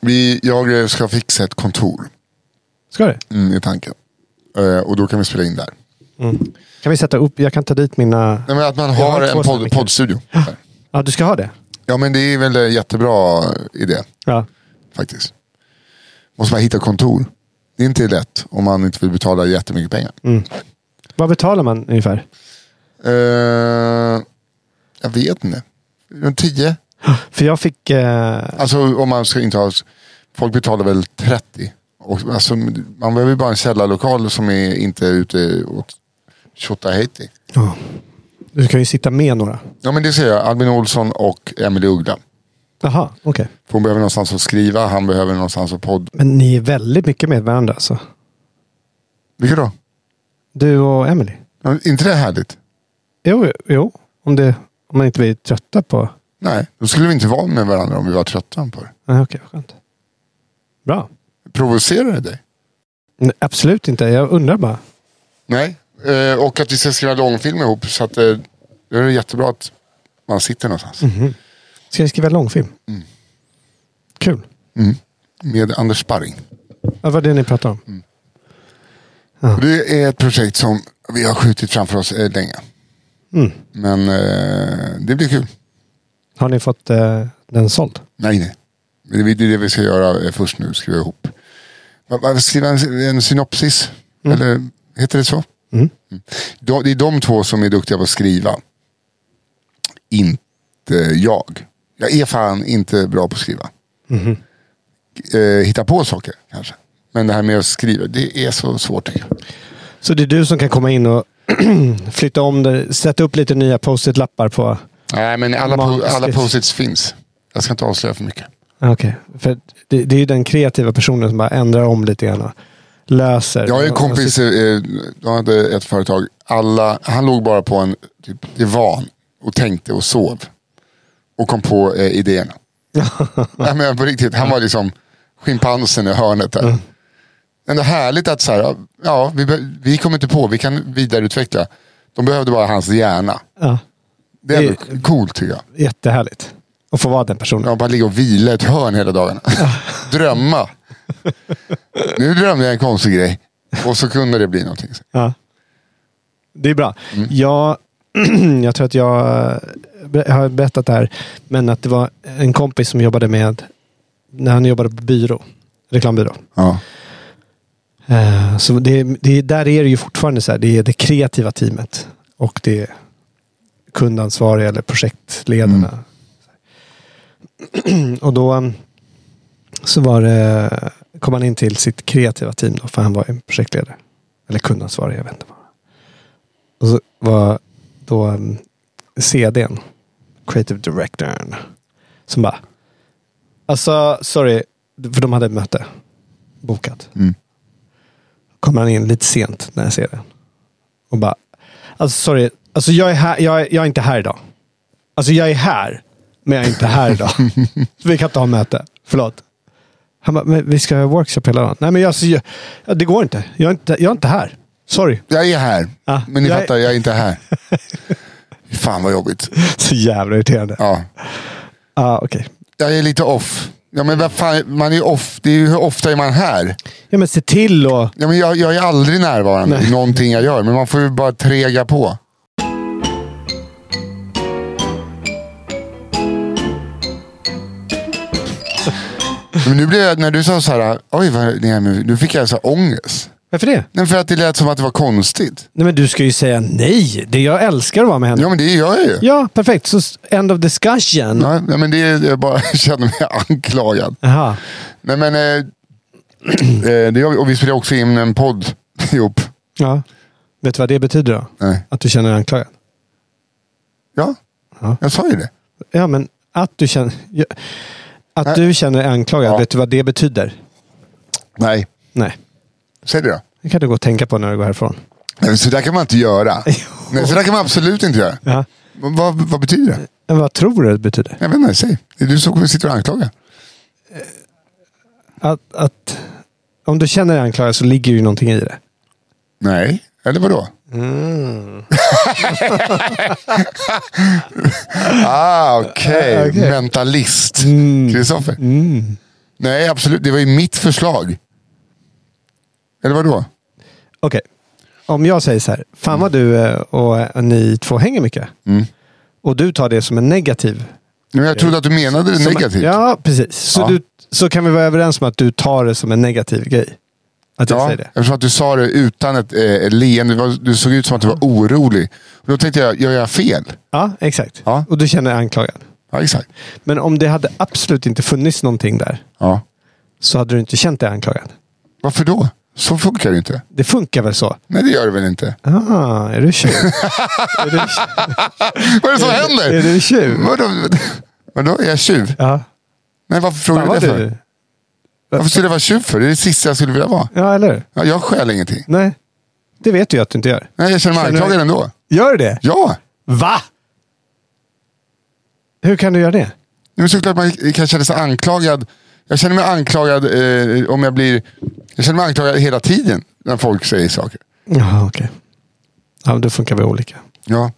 Vi, jag eh, ska fixa ett kontor
Ska du?
mm, i tanken. Eh, och då kan vi spela in där.
Mm. Kan vi sätta upp? Jag kan ta dit mina...
Nej, men att man
Jag
har
har två
en
stycken.
podd, poddstudio. där.
Ja, du ska ha det?
Ja men det är väl en jättebra idé
Ja.
faktiskt. Måste man hitta kontor. Det är inte lätt om man inte vill betala jättemycket pengar.
Vad betalar man ungefär?
Eh, jag vet inte. Runt 10?
För jag fick... Eh,
Alltså om man ska inte ha... Folk betalar väl 30? Och, alltså, man behöver ju bara en källarlokal som är inte ute åt Tjotahejti.
du kan ju sitta med några.
Ja men det ser jag. Albin Olsson och Emily Uggla.
Jaha, okej.
För Hon behöver någonstans att skriva, han behöver någonstans att podda.
Men ni är väldigt mycket med varandra alltså.
Vilket då?
Du och Emily.
Ja, inte det härligt?
Jo, jo. Om, det, om man inte blir trötta på...
Nej, då skulle vi inte vara med varandra om vi var trötta på det.
Nej, okej, vad skönt. Bra.
Provocerar det dig?
Nej, absolut inte. Jag undrar bara.
Nej, eh, och att vi ska skriva långfilm ihop. Så att, eh, det är jättebra att man sitter någonstans.
Mhm. Ska ni skriva långfilm? Kul.
Mm. Med Anders Sparring.
Ja, vad är det ni pratar om?
Och det är ett projekt som vi har skjutit framför oss eh, länge. Men eh, det blir kul.
Mm. Har ni fått eh, den såld?
Nej, nej. Men Det är det vi ska göra eh, först nu, skriva ihop. Va- va- Skriva en, en synopsis, eller heter det så? Mm. De- Det är de två som är duktiga på att skriva. Inte jag. Jag är fan inte bra på att skriva. Eh, Hitta på saker kanske. Men det här med att skriva, det är så svårt tycker jag.
Så det är du som kan komma in och [clears throat] flytta om det, sätta upp lite nya post-it-lappar på...
Nej, men alla, po-
Magiskt.
alla post-its finns. Jag ska inte avslöja för mycket.
Ja, Okej, för det, det är ju den kreativa personen som bara ändrar om lite grann och löser.
Jag har en kompis, eh, de hade ett företag. Alla, han låg bara på en typ, divan och tänkte och sov. Och kom på eh, idéerna. [laughs] Nej, men på riktigt, han var liksom schimpansen i hörnet där. Ändå härligt att så här, ja, vi, be- vi kommer inte på, vi kan vidareutveckla. De behövde bara hans hjärna.
Ja,
Det är ändå
Det-
coolt tycker jag.
jättehärligt. Att få vara den personen.
Ja, bara ligga och vila i ett hörn hela [laughs] dagen. Drömma. Nu drömde jag en konstig grej. Och så kunde det bli någonting.
Ja. Det är bra.
Mm.
Jag, [clears throat] jag tror att jag ber- har berättat det här. Men att det var en kompis som jobbade med, när han jobbade på byrå, reklambyrå.
Ja.
Eh, Så det, det, där är det ju fortfarande så här. Det är det kreativa teamet och det är kundansvariga eller projektledarna. [clears throat] Och då mm, så var det, kom han in till sitt kreativa team då, för han var ju projektledare. Eller kundansvarig, jag vet inte vad. Och så var då mm, CDn. Creative Directorn. Som bara... Alltså, sorry. För de hade ett möte. Bokat.
Mm.
Kommer han in lite sent när jag ser den. Och bara... Alltså sorry. Alltså jag är, här, jag, är, jag är inte här idag. Alltså jag är här. Men jag är inte här [laughs] idag. Så vi kan inte ha möte. Förlåt. Han bara, men vi ska ha workshop hela dagen. Nej men jag, alltså, jag, ja, det går inte. Jag är inte, jag är inte här. Sorry.
Jag är här,
Ja,
men ni
jag är-
fattar, jag är inte här. Fan vad jobbigt.
[laughs] Så jävla irriterande. Ja,
Ja.
ah, okej.
Jag är lite off. Ja, men vad fan, man är off. Det är ju, hur ofta är man här?
Ja, men se till och...
Ja, men jag, jag är aldrig närvarande i någonting jag gör, men man får ju bara trega
[laughs]
på. Men nu blev jag, när du sa så här, oj, vad, nej, men nu fick jag så här ångest.
Varför det?
Nej, för att det lät som att det var konstigt.
Nej, men du ska ju säga nej. Det jag älskar att vara med henne.
Ja, men det gör jag ju.
Ja, perfekt. Så s- end of discussion.
Ja, nej, men det är, jag bara [laughs] känner mig anklagad.
Jaha.
Nej, men eh, [clears throat] eh, det gör vi. Och vi spelar också in en podd [laughs] ihop.
Ja. Vet du vad det betyder då?
Nej.
Att du känner dig anklagad?
Ja,
Ja.
jag sa ju det.
Ja, men att du känner... Ja. Att du känner dig anklagad,
Äh. Ja.
vet du vad det betyder?
Nej,
Nej.
säg det då.
Det kan du gå och tänka på när du
[laughs]
går härifrån.
Nej, men så där kan man inte göra. Nej, så där kan man absolut inte göra.
Ja.
V- Vad, vad betyder det?
Men vad tror du det betyder?
Jag vet inte, säg. Det är du som sitter och anklagar.
Att, att om du känner dig anklagad så ligger ju någonting i det.
Nej, eller vadå?
Mm.
[laughs] ah, okej.
Ah, okej. Mm.
Mentalist. Kristoffer. Nej, absolut. Det var ju mitt förslag. Eller vadå?
Okej. Om jag säger så här. Fan vad
Mm.
du eh, och eh, ni två hänger mycket. Och du tar det som en negativ.
Men jag trodde att du menade det
Eh, som-
negativt.
Ja, precis. Så,
Ja.
Du, så kan vi vara överens om att du tar det som en negativ grej. Att jag
Ja,
säger det.
eftersom att du sa det utan ett, eh, ett leende. Det var- Du såg ut som att du var
Mm.
orolig. Och då tänkte jag, gör jag fel?
Ja, exakt.
Ja.
Och du känner dig anklagad.
Ja, exakt.
Men om det hade absolut inte funnits någonting där
Ja.
så hade du inte känt dig anklagad.
Varför då? Så funkar det inte.
Det funkar väl så?
Nej, det gör det väl inte?
Ah, är du [laughs] tjuv? är du,
Vad är det som händer?
är du tjuv?
Vadå? Vadå? Är jag tjuv?
Ja.
Nej, varför frågar
Fan
du det
vad
för?
du...
Varför skulle jag vara tjuv för? Det är det sista jag skulle vilja vara.
Ja, eller hur?
Ja, jag skäl ingenting.
Nej. Det vet du ju att du inte gör.
Nej, jag känner mig
Känner du-
anklagad ändå.
Gör det?
Ja,
Va? Hur kan du göra det?
men såklart man kan känna sig anklagad. Jag känner mig anklagad eh, om jag blir... Jag känner mig anklagad hela tiden när folk säger saker.
Jaha, okej. Ja, men då funkar vi olika.
Ja.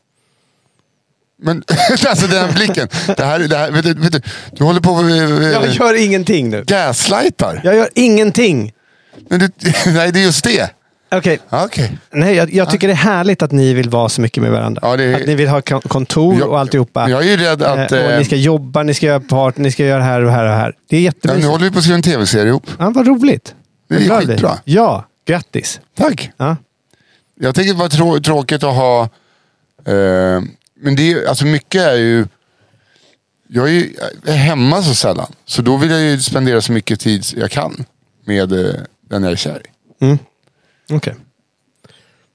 Men [laughs] alltså den här blicken. Det här, det här, vet du, vet du, du håller på och
Jag
eh,
gör ingenting nu.
gaslightar.
Jag gör ingenting.
Men du, [laughs] nej, det är just det.
Okej.
Ja, Okej.
Nej, jag, jag tycker det är härligt att ni vill vara så mycket med varandra.
Ja, det är-
Att ni vill ha kon- kontor
Jag-
och alltihopa.
men jag är ju rädd att,
Eh, och
eh,
ni ska jobba, ni ska göra part, ni ska göra här och här och här. Det är
Ja, nu
jättemysigt.
håller vi på att skriva en tv-serie ihop.
Ja, vad roligt.
Det är
Vad glad jag
skitbra.
blir. Ja, grattis.
Tack.
Ja.
Jag tycker det var trå- tråkigt att ha... Eh, men det är ju- alltså mycket är ju... Jag är ju jag är hemma så sällan. Så då vill jag ju spendera så mycket tid jag kan med eh, den jag är kär i.
Okej.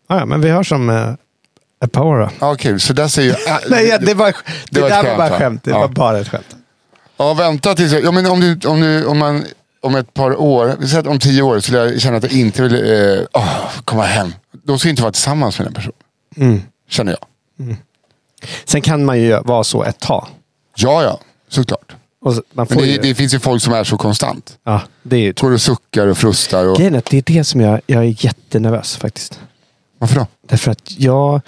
Ja, ja, men vi hörs om eh, ett par år då.
Ja, Ah, Okej, så där säger
[laughs]
jag... ah,
Nej, ja, det, var, det,
var ett
där var
skämt,
bara
va?
skämt. Det
Ja.
var bara ett skämt.
Ja, vänta tills jag... Ja, men om, du, om, du, om man... Om ett par år, vi säger att om tio år, skulle jag känna att jag inte vill eh, åh, komma hem. Då ska jag inte vara tillsammans med den personen. Känner jag.
Mm. Sen kan man ju vara så ett tag.
Ja, ja. Såklart.
Och så- man får
Men det,
ju,
det finns ju folk som är så konstant.
ja, det är ju
Går och suckar och frustar. Och,
Grejen är att det är det som jag, jag är jättenervös faktiskt.
varför då?
Därför att jag,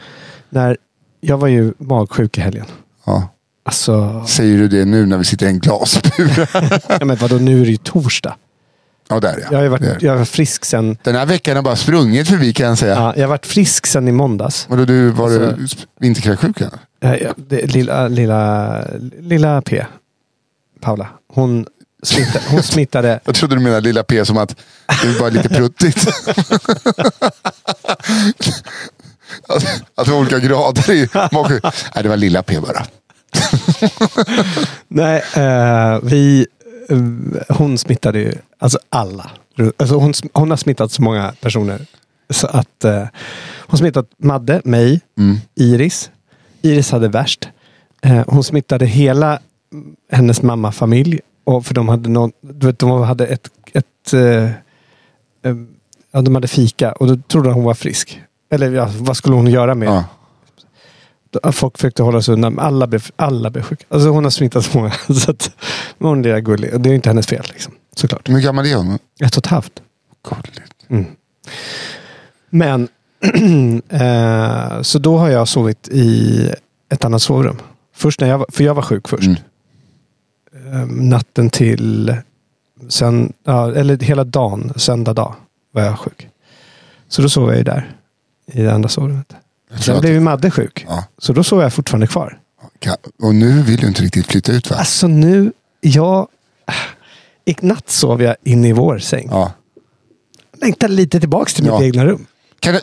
när, jag var ju magsjuk i helgen.
Ja.
Alltså,
Säger du det nu när vi sitter i en glasbur?
[laughs] ja, men vadå, nu är det ju torsdag.
ja, där ja.
Jag har ju
Där.
varit, jag har varit frisk sen,
Den här veckan har bara sprungit förbi kan jag säga.
ja, jag har varit frisk sen i måndags.
Vadå, du var
Alltså-
du sp- vinterkräksjuk? eller?
Ja, ja, det, lilla, lilla, lilla P, Paula, hon, smittade, hon smittade
Jag trodde du menade lilla P som att det var bara lite
[laughs]
pruttigt. att, att det var olika grader i magsjuk. Nej, det var lilla P bara.
Nej, eh, vi, eh, hon smittade ju alltså alla. Alltså hon, sm- hon har smittat så många
Mm.
personer. Så att, eh, hon smittat Madde, mig, Iris, Iris hade värst. Eh, hon smittade hela mm, hennes mammafamilj. Och för de hade, någon, du vet, de hade ett... ett eh, eh, ja, de hade fika och då trodde hon var frisk. Eller ja, vad skulle hon göra med
Ja.
då- Folk försökte hålla sig undan, men alla blev, alla blev sjuka. Alltså hon har smittat så många. [laughs] Så att, men hon är lilla gullig. Och det är ju inte hennes fel, liksom. såklart.
Hur gammal är hon?
Ett och ett halvt.
Gulligt.
Mm. Men, [clears throat] eh, så då har jag sovit i ett annat sovrum. Först när jag var, för jag var sjuk först.
Mm.
Eh, natten till, sen, ja, eller hela dagen, söndag dag var jag sjuk. Så då sov jag ju där, i det andra sovrummet.
Jag tror
Sen
att-
blev ju Madde sjuk.
Ja.
Så då sov jag fortfarande kvar.
Ka- Och nu vill du inte riktigt flytta ut va?
Alltså nu, jag... I natt sov jag inne i vår säng.
Ja.
Längtar lite tillbaks till mitt
Ja.
egna rum.
Kan du...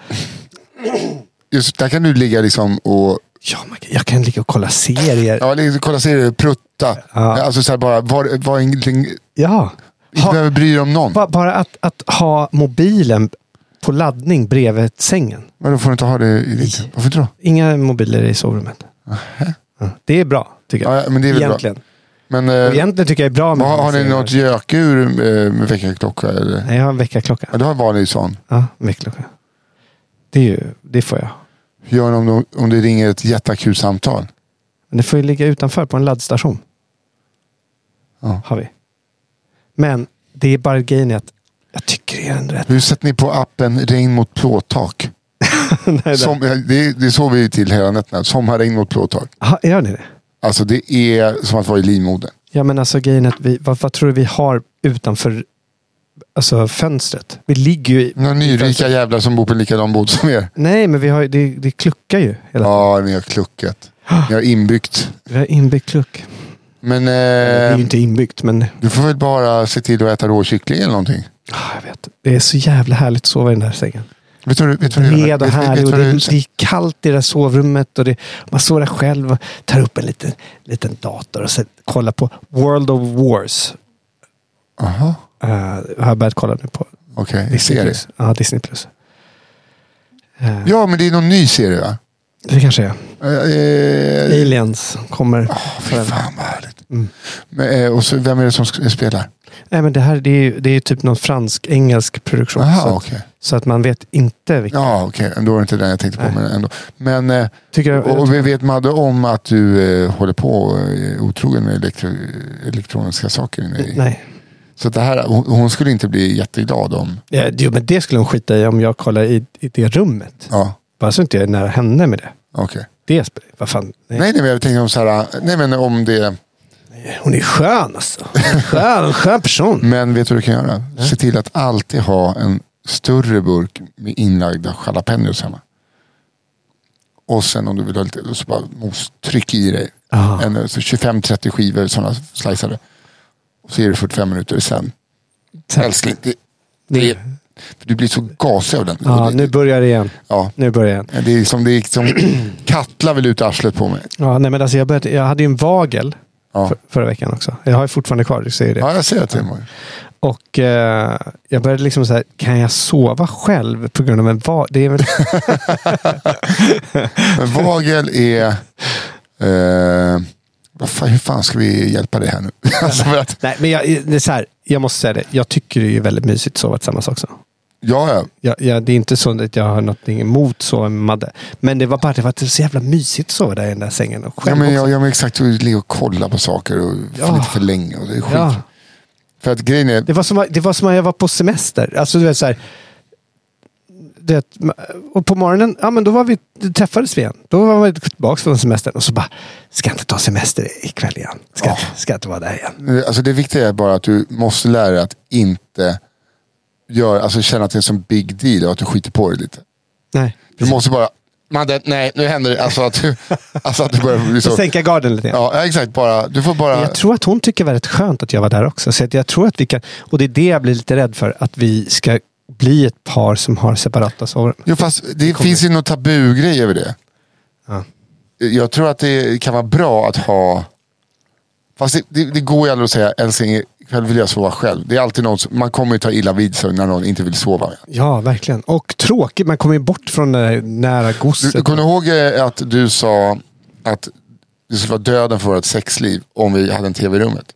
Just där kan du ligga liksom och
Ja, man, kan- jag kan ligga och kolla serier. Ja.
ja, liksom, kolla serier, prutta.
Ja.
Alltså så här bara, var, var ingenting, inte
Ha,
behöver bry dig om någon.
ba- bara att, att ha mobilen på laddning bredvid sängen.
Men då får du inte ha det i ditt...
Nej.
Varför inte då?
Inga mobiler i sovrummet. Ja, det är bra, tycker jag.
Ja, ja, men det är väl bra.
egentligen.
Men
Och
eh,
Egentligen tycker jag det är bra med...
har, har ni
serier.
något gökur eh, med väckarklocka? Eller?
Nej, jag har en väckarklocka.
Ja, du har en vanlig sån.
Ja, en väckarklocka. Det, är ju, det får jag.
Hur gör ni om, de- om det ringer ett jätteakut samtal?
Men det får ju ligga utanför på en laddstation.
Ja.
Har vi. Men det är bara grejen är att jag tycker det är en rätt...
Hur sätter ni på appen Regn mot plåttak?
Nej, det-
Som, eh, det, det såg vi ju till hela nätterna. Sommarregn mot plåttak.
Ha, gör ni det?
Alltså det är som att vara i livmodern.
Ja men alltså grejen är att vi, vad, vad tror du vi har utanför alltså, fönstret? Vi ligger ju i...
Några nyrika jävlar som bor på en likadan bod som er.
Nej men vi har ju- det, det kluckar ju. Hela.
Ja, ni har kluckat. Ni har inbyggt.
[gasps] Vi har inbyggd
Eh.
kluck.
Men
Det är ju
eh,
inte inbyggt men
du får väl bara se till att äta rå kyckling eller någonting.
ah, jag vet. Det är så jävla härligt att sova i den här sängen.
Vet du, vet du vad du gör?
bred och
Vet- vet- vet
härlig. Och
vad
det,
du-
är- det är kallt i det där sovrummet. Och det, man står där själv och tar upp en liten, liten dator och sen kollar på World of Wars.
Aha,
Eh, har jag börjat kolla nu på
okej.
Disney
Serie.
Plus. Ja, Disney Plus. Eh,
Ja, men det är någon ny serie va?
Det kanske är.
Eh, eh,
Aliens kommer.
åh, fy fan vad härligt.
Mm.
Men, eh, och så, vem är det som sk- spelar?
Nej, men det här det är, ju- det är ju typ någon fransk-engelsk produktion. så,
Aha,
att,
okej.
så att man vet inte vilken.
Ja, okej. Då är det inte den jag tänkte på.
Nej.
Men, ändå. men eh,
Tycker jag,
och, och vi vet Madde om att du eh, håller på och är otrogen med elektro, elektroniska saker inne i?
nej.
Så att det här, hon, hon skulle inte bli jätteglad om...
Ja, jo, men det skulle hon skita i om jag kollar i, i det rummet.
Ja,
Bara så inte jag är nära henne med det.
okej.
Det spelar vad fan. Nej.
Nej, nej, men jag tänkte om så här, nej men om det...
Hon är skön alltså. Hon är Skön, en skön person.
Men vet du vad du kan göra? Se till att alltid ha en större burk med inlagda jalapenos hemma. Och sen om du vill ha lite, så bara mos, tryck i dig.
Ja.
En, så 25-30 skivor sådana sliceade. Och så ger du 45 minuter sen. Älskling, det, det, är- för du blir så gasig av den.
Ja,
Och det,
nu börjar det igen.
ja,
Nu börjar det igen.
det är som, det är som kattlar vill ut arslet på mig.
Ja, nej, men alltså jag, började, jag hade ju en vagel
Ja,
för, förra veckan också. Jag har ju fortfarande kvar, du ser ju det.
ja jag ser att det är många.
Och eh, jag började liksom så här, kan jag sova själv på grund av en vagel? Det är väl...
Men vagel är... Eh, vad fan, hur fan ska vi hjälpa dig här nu? [laughs] alltså för att,
nej, men jag, det är så här, jag måste säga det. Jag tycker det är väldigt mysigt att sova tillsammans också.
ja, ja.
Jag, jag, det är inte så att jag har någonting emot sova med Madde. Men det var bara det var att det var så jävla mysigt att sova där i den där sängen. Och
ja,
själv
men,
också.
jag, jag men exakt. Du ligger och kollar på saker och
Ja.
lite för länge. Och det är skit.
Ja.
För att grejen är...
Det var som, det var som att jag var på semester. Alltså, du vet, så här, du vet, och på morgonen, ja men då var vi, träffades vi igen. Då var vi tillbaka från semestern och så bara, ska jag inte ta semester ikväll igen? Ska, jag inte- ska jag inte vara där igen?
Alltså det viktiga är bara att du måste lära dig att inte göra, alltså känna att det är en sån big deal och att du skiter på dig lite.
Nej.
Du måste bara, Madde, nej nu händer det. Alltså att
[laughs]
du, alltså att du börjar bli
Så
så.
sänka garden lite grann.
Ja, ja, exakt. Bara, du får bara...
Jag tror att hon tycker det är väldigt skönt att jag var där också. Så att jag tror att vi kan, och det är det jag blir lite rädd för, att vi ska bli ett par som har separata sovrum.
Jo, fast det, finns ju någon tabugrej över det.
Ja.
Jag tror att det kan vara bra att ha... Fast det, det, det går ju aldrig att säga, älskling, ikväll vill jag sova själv. Det är alltid någon som, man kommer ju ta illa vid sig när någon inte vill sova.
Ja, verkligen. Och tråkigt, man kommer ju bort från det där nära
Du,
gosset.
kommer du ihåg eh, att du sa att det skulle vara döden för vårt sexliv om vi hade en tv i rummet.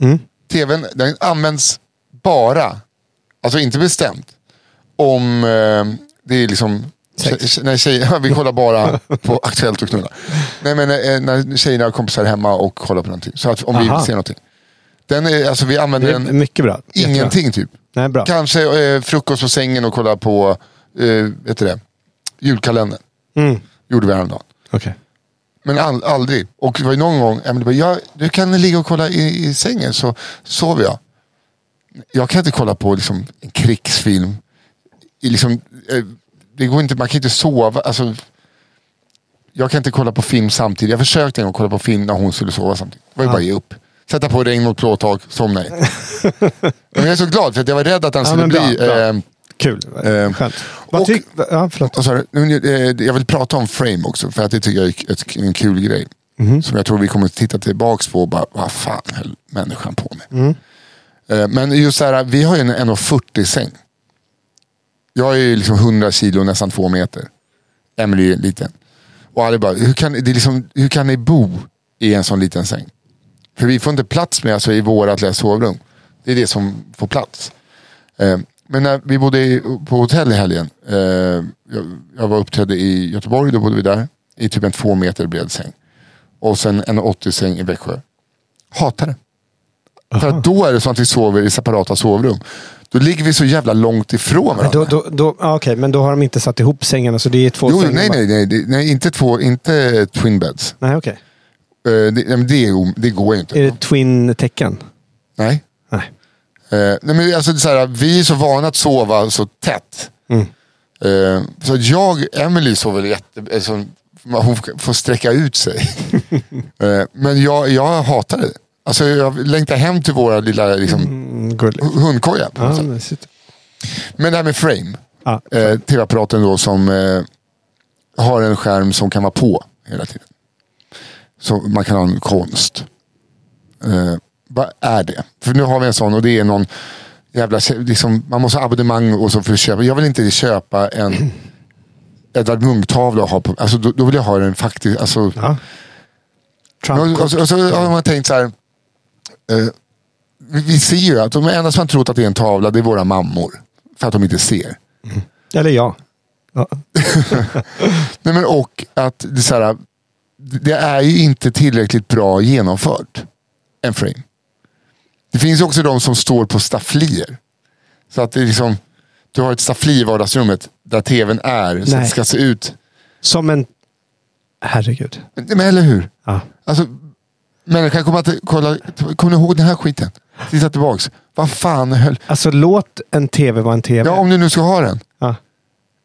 Mm.
TVn den används bara, alltså inte bestämt, om eh, det är liksom... tje- När tjejer, [laughs] vi kollar bara
[laughs]
på Aktuellt och knulla. Nej men eh, när tjejerna har kompisar hemma och kollar på någonting. Så att om
Aha.
vi ser någonting. Den är, alltså vi använder
Det är
den
mycket bra. Jättebra.
ingenting typ.
Nej, bra.
Kanske eh, frukost på sängen och kolla på, eh, vet du det, julkalendern.
Mm.
Gjorde vi häromdagen.
Okej.
Men all, aldrig. Och det var ju någon gång, Emily bara, jag, du kan ligga och kolla i, i sängen så sover jag. Jag kan inte kolla på liksom, en krigsfilm. I, liksom, eh, det går inte, man kan inte sova. Alltså, jag kan inte kolla på film samtidigt. Jag försökte en gång kolla på film när hon skulle sova samtidigt. Det var ju bara att ge upp. Sätta på regn mot plåttak, somna
[laughs]
i. Men jag är så glad för att jag var rädd att han
Ja,
skulle
men bra,
bli...
bra.
ehm,
Kul.
Eh,
Skönt. Vad
och-
tyck- ja, förlåt.
och så, här, nu, eh, jag vill prata om Frame också, för att det tycker jag är ett, en kul grej. Som jag tror vi kommer att titta tillbaks på och bara, vad fan höll människan på med? Eh, men just så här, vi har ju en 1,40 säng. Jag är ju liksom 100 kilo, nästan två meter. Emily är liten. Och alla bara, hur kan, det är liksom, hur kan ni bo i en sån liten säng? För vi får inte plats med alltså, i vårat lilla sovrum. Det är det som får plats. Eh, Men när vi bodde i, på hotell i helgen. eh, Jag, jag var uppträdde i Göteborg, då bodde vi där. I typ en två meter bred säng. Och sen en 80 säng i Växjö. Hatar det. För att då är det så att vi sover i separata sovrum. Då ligger vi så jävla långt ifrån
Men
varandra.
då, då, då, ja, okej, men då har de inte satt ihop sängarna så det är två
jo,
sängar.
nej,
bara.
nej, nej, det- nej. Inte två, inte twin beds.
Nej, okej.
Eh, Det, nej, men det, är o- det går ju inte.
Är det twin-tecken?
Nej.
Nej.
Eh, nej men alltså, det är så här, vi är så vana att sova så tätt.
Mm.
Eh, så att jag, Emily sover jätte... Alltså, man- hon får sträcka ut
[laughs]
sig. eh, men jag, jag hatar det. Alltså, jag längtar hem till våra lilla liksom,
Mm, gulligt.
hu- hundkoja. På något
Ja,
sätt.
mysigt.
Men det här med frame.
Ja.
Eh, Tv-apparaten då som eh, har en skärm som kan vara på hela tiden. Så man kan ha en konst. Eh, vad är det? För nu har vi en sån och det är någon jävla... Liksom, man måste ha abonnemang och så för att köpa. Jag vill inte köpa en [clears throat] Edvard Munch-tavla och ha på... Alltså, då, då vill jag ha den faktiskt... Alltså,
Ja. alltså-
men
Trump.
Och, och, så- och så har man tänkt så här. Eh, vi, vi ser ju att de enda som har trott att det är en tavla, det är våra mammor. För att de inte ser.
Eller ja. ja.
Nej, men och att det, är så här, det är ju inte tillräckligt bra genomfört. En frame. Det finns ju också de som står på stafflier. Så att det är liksom, du har ett staffli i vardagsrummet där tvn är. Så att det
Nej.
ska se ut.
Som en... Herregud.
Men, men eller hur?
Ja.
Alltså, människan kommer att kolla. Kommer ni ihåg den här skiten? Titta tillbaks. Vad fan höll...
Alltså låt en tv vara en tv.
Ja, om du nu ska ha den.
Ja.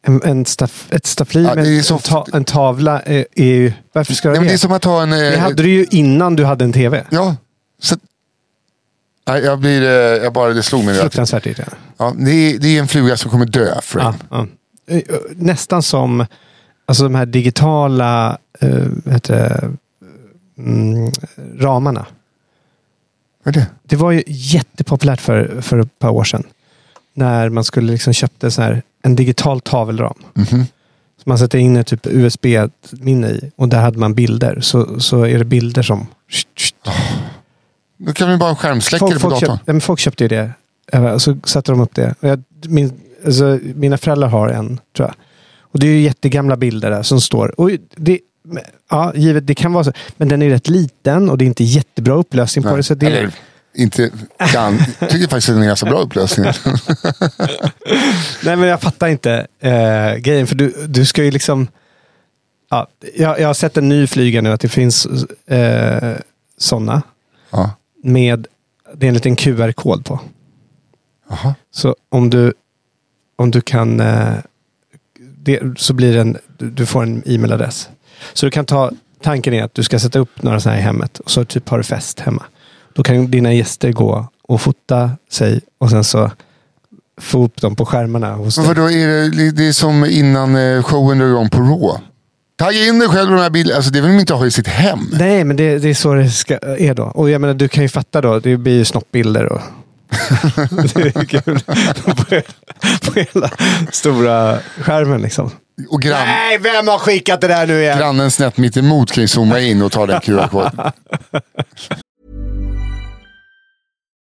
En, en staff, ett staffli
Ja,
med
det är
en,
så-
ta, en tavla är, är ju... Varför ska
Nej,
du
men
det?
det är som att ha en... eh,
Det hade du ju innan du hade en tv.
Ja. Så, nej, jag blir... eh, Jag bara, det slog mig nu. att-
Fruktansvärt irriterande.
Ja, det, är, det är en fluga som kommer dö, Frame.
Ja, ja. Eh, Nästan som alltså de här digitala eh, vad heter det, mm, ramarna.
Vad är det?
Det var ju jättepopulärt för, för ett par år sedan. När man skulle liksom köpte så här, en digital tavelram.
Mhm.
Som man sätter in ett typ USB-minne i. Och där hade man bilder. Så, så är det bilder som...
Då kan vi bara ha skärmsläckare
Folk,
på
folk, köpt,
datorn.
ja, men folk köpte ju det. Eh, Så satte de upp det. Och Jag, min, alltså, mina föräldrar har en, tror jag. Och det är ju jättegamla bilder där som står. Och det, ja, givet, det kan vara så. Men den är rätt liten och det är inte jättebra upplösning på
Nej.
det. Så det
Eller, inte kan. Jag tycker faktiskt att den är ganska bra
[laughs]
upplösning.
Nej, men jag fattar inte eh, grejen. För du, du ska ju liksom... Ja, jag, jag har sett en ny flyga nu, att det finns eh, sådana.
Ja.
Med, det är en liten QR-kod på.
Jaha.
Så om du, om du kan... Eh, det, så blir det en, du, du får en e-mailadress. Så du kan ta... Tanken är att du ska sätta upp några sådana här i hemmet. Och så typ har du fest hemma. Då kan dina gäster gå och fota sig. Och sen så få upp dem på skärmarna. Hos
Men
dig.
vadå, är det, det är som innan eh, showen drar igång på Raw. Tagga in dig själv i de här bilderna. Alltså, det vill man inte ha i sitt hem.
Nej, men det, det är så det ska, är då. Och jag menar, du kan ju fatta då. Det blir ju snoppbilder [laughs] och... det är kul. på, hela- på hela stora skärmen liksom.
Och grann,
Nej, vem har skickat det där nu igen?
grannen snett mitt emot kan ju zooma in och ta den QR-koden.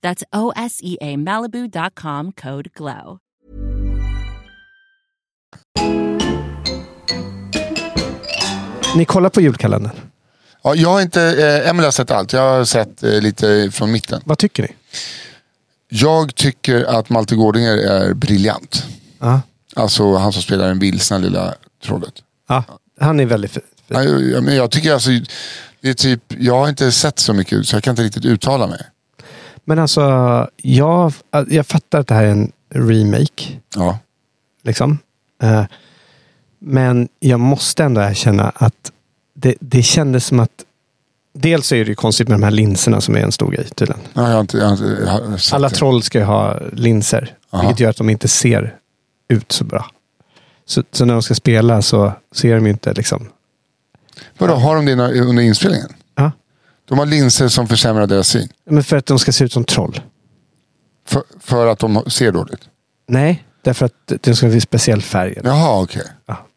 That's O S E A Malibu.com code GLOW.
Ni kollar på julkalendern.
Ja, jag har inte, eh, Emelie har sett allt. Jag har sett eh, lite från mitten.
Vad tycker ni?
Jag tycker att Malte Gårdinger är briljant.
Ja.
Alltså han som spelar den vilsna lilla trollet.
Ja, han är väldigt fin.
Nej, Jag, men jag tycker alltså, det är typ, jag har inte sett så mycket ut så jag kan inte riktigt uttala mig.
Men alltså, jag, jag fattar att det här är en remake.
Ja.
Liksom. Eh, Men jag måste ändå erkänna att det, det kändes som att... Dels är det ju konstigt med de här linserna som är en stor grej tydligen. eh,
Nej, jag har inte, jag har inte jag har sett
Alla
det.
troll ska ju ha linser.
Aha.
Vilket gör att de inte ser ut så bra. Så, så när de ska spela så ser de ju inte liksom...
Vadå, har de det när- under inspelningen?
Ja.
De har linser som försämrar deras syn.
Men för att de ska se ut som troll.
För, för att de ser dåligt?
Nej, därför att de ska bli speciell färg. Ja.
Jaha, okej.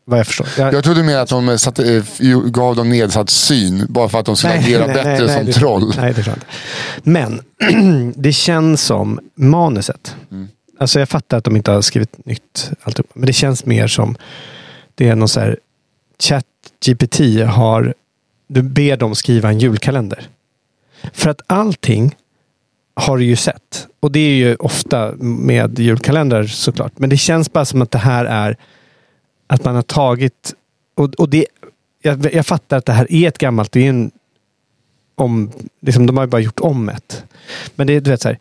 vad jag förstår. Jag,
Jag trodde mer att de satte, eh, f- gav dem nedsatt syn bara för att de skulle agera bättre som
det-
troll.
Nej, det är klart. Men [clears throat] det känns som manuset.
Mm.
Alltså jag fattar att de inte har skrivit nytt. Alltihop, men det känns mer som det är någon så här chat GPT har du ber dem skriva en julkalender. För att allting har du ju sett. Och det är ju ofta med julkalendrar såklart. Men det känns bara som att det här är att man har tagit och, och det jag, jag fattar att det här är ett gammalt, det är en om, liksom, de har ju bara gjort om ett. Men det är du vet så här.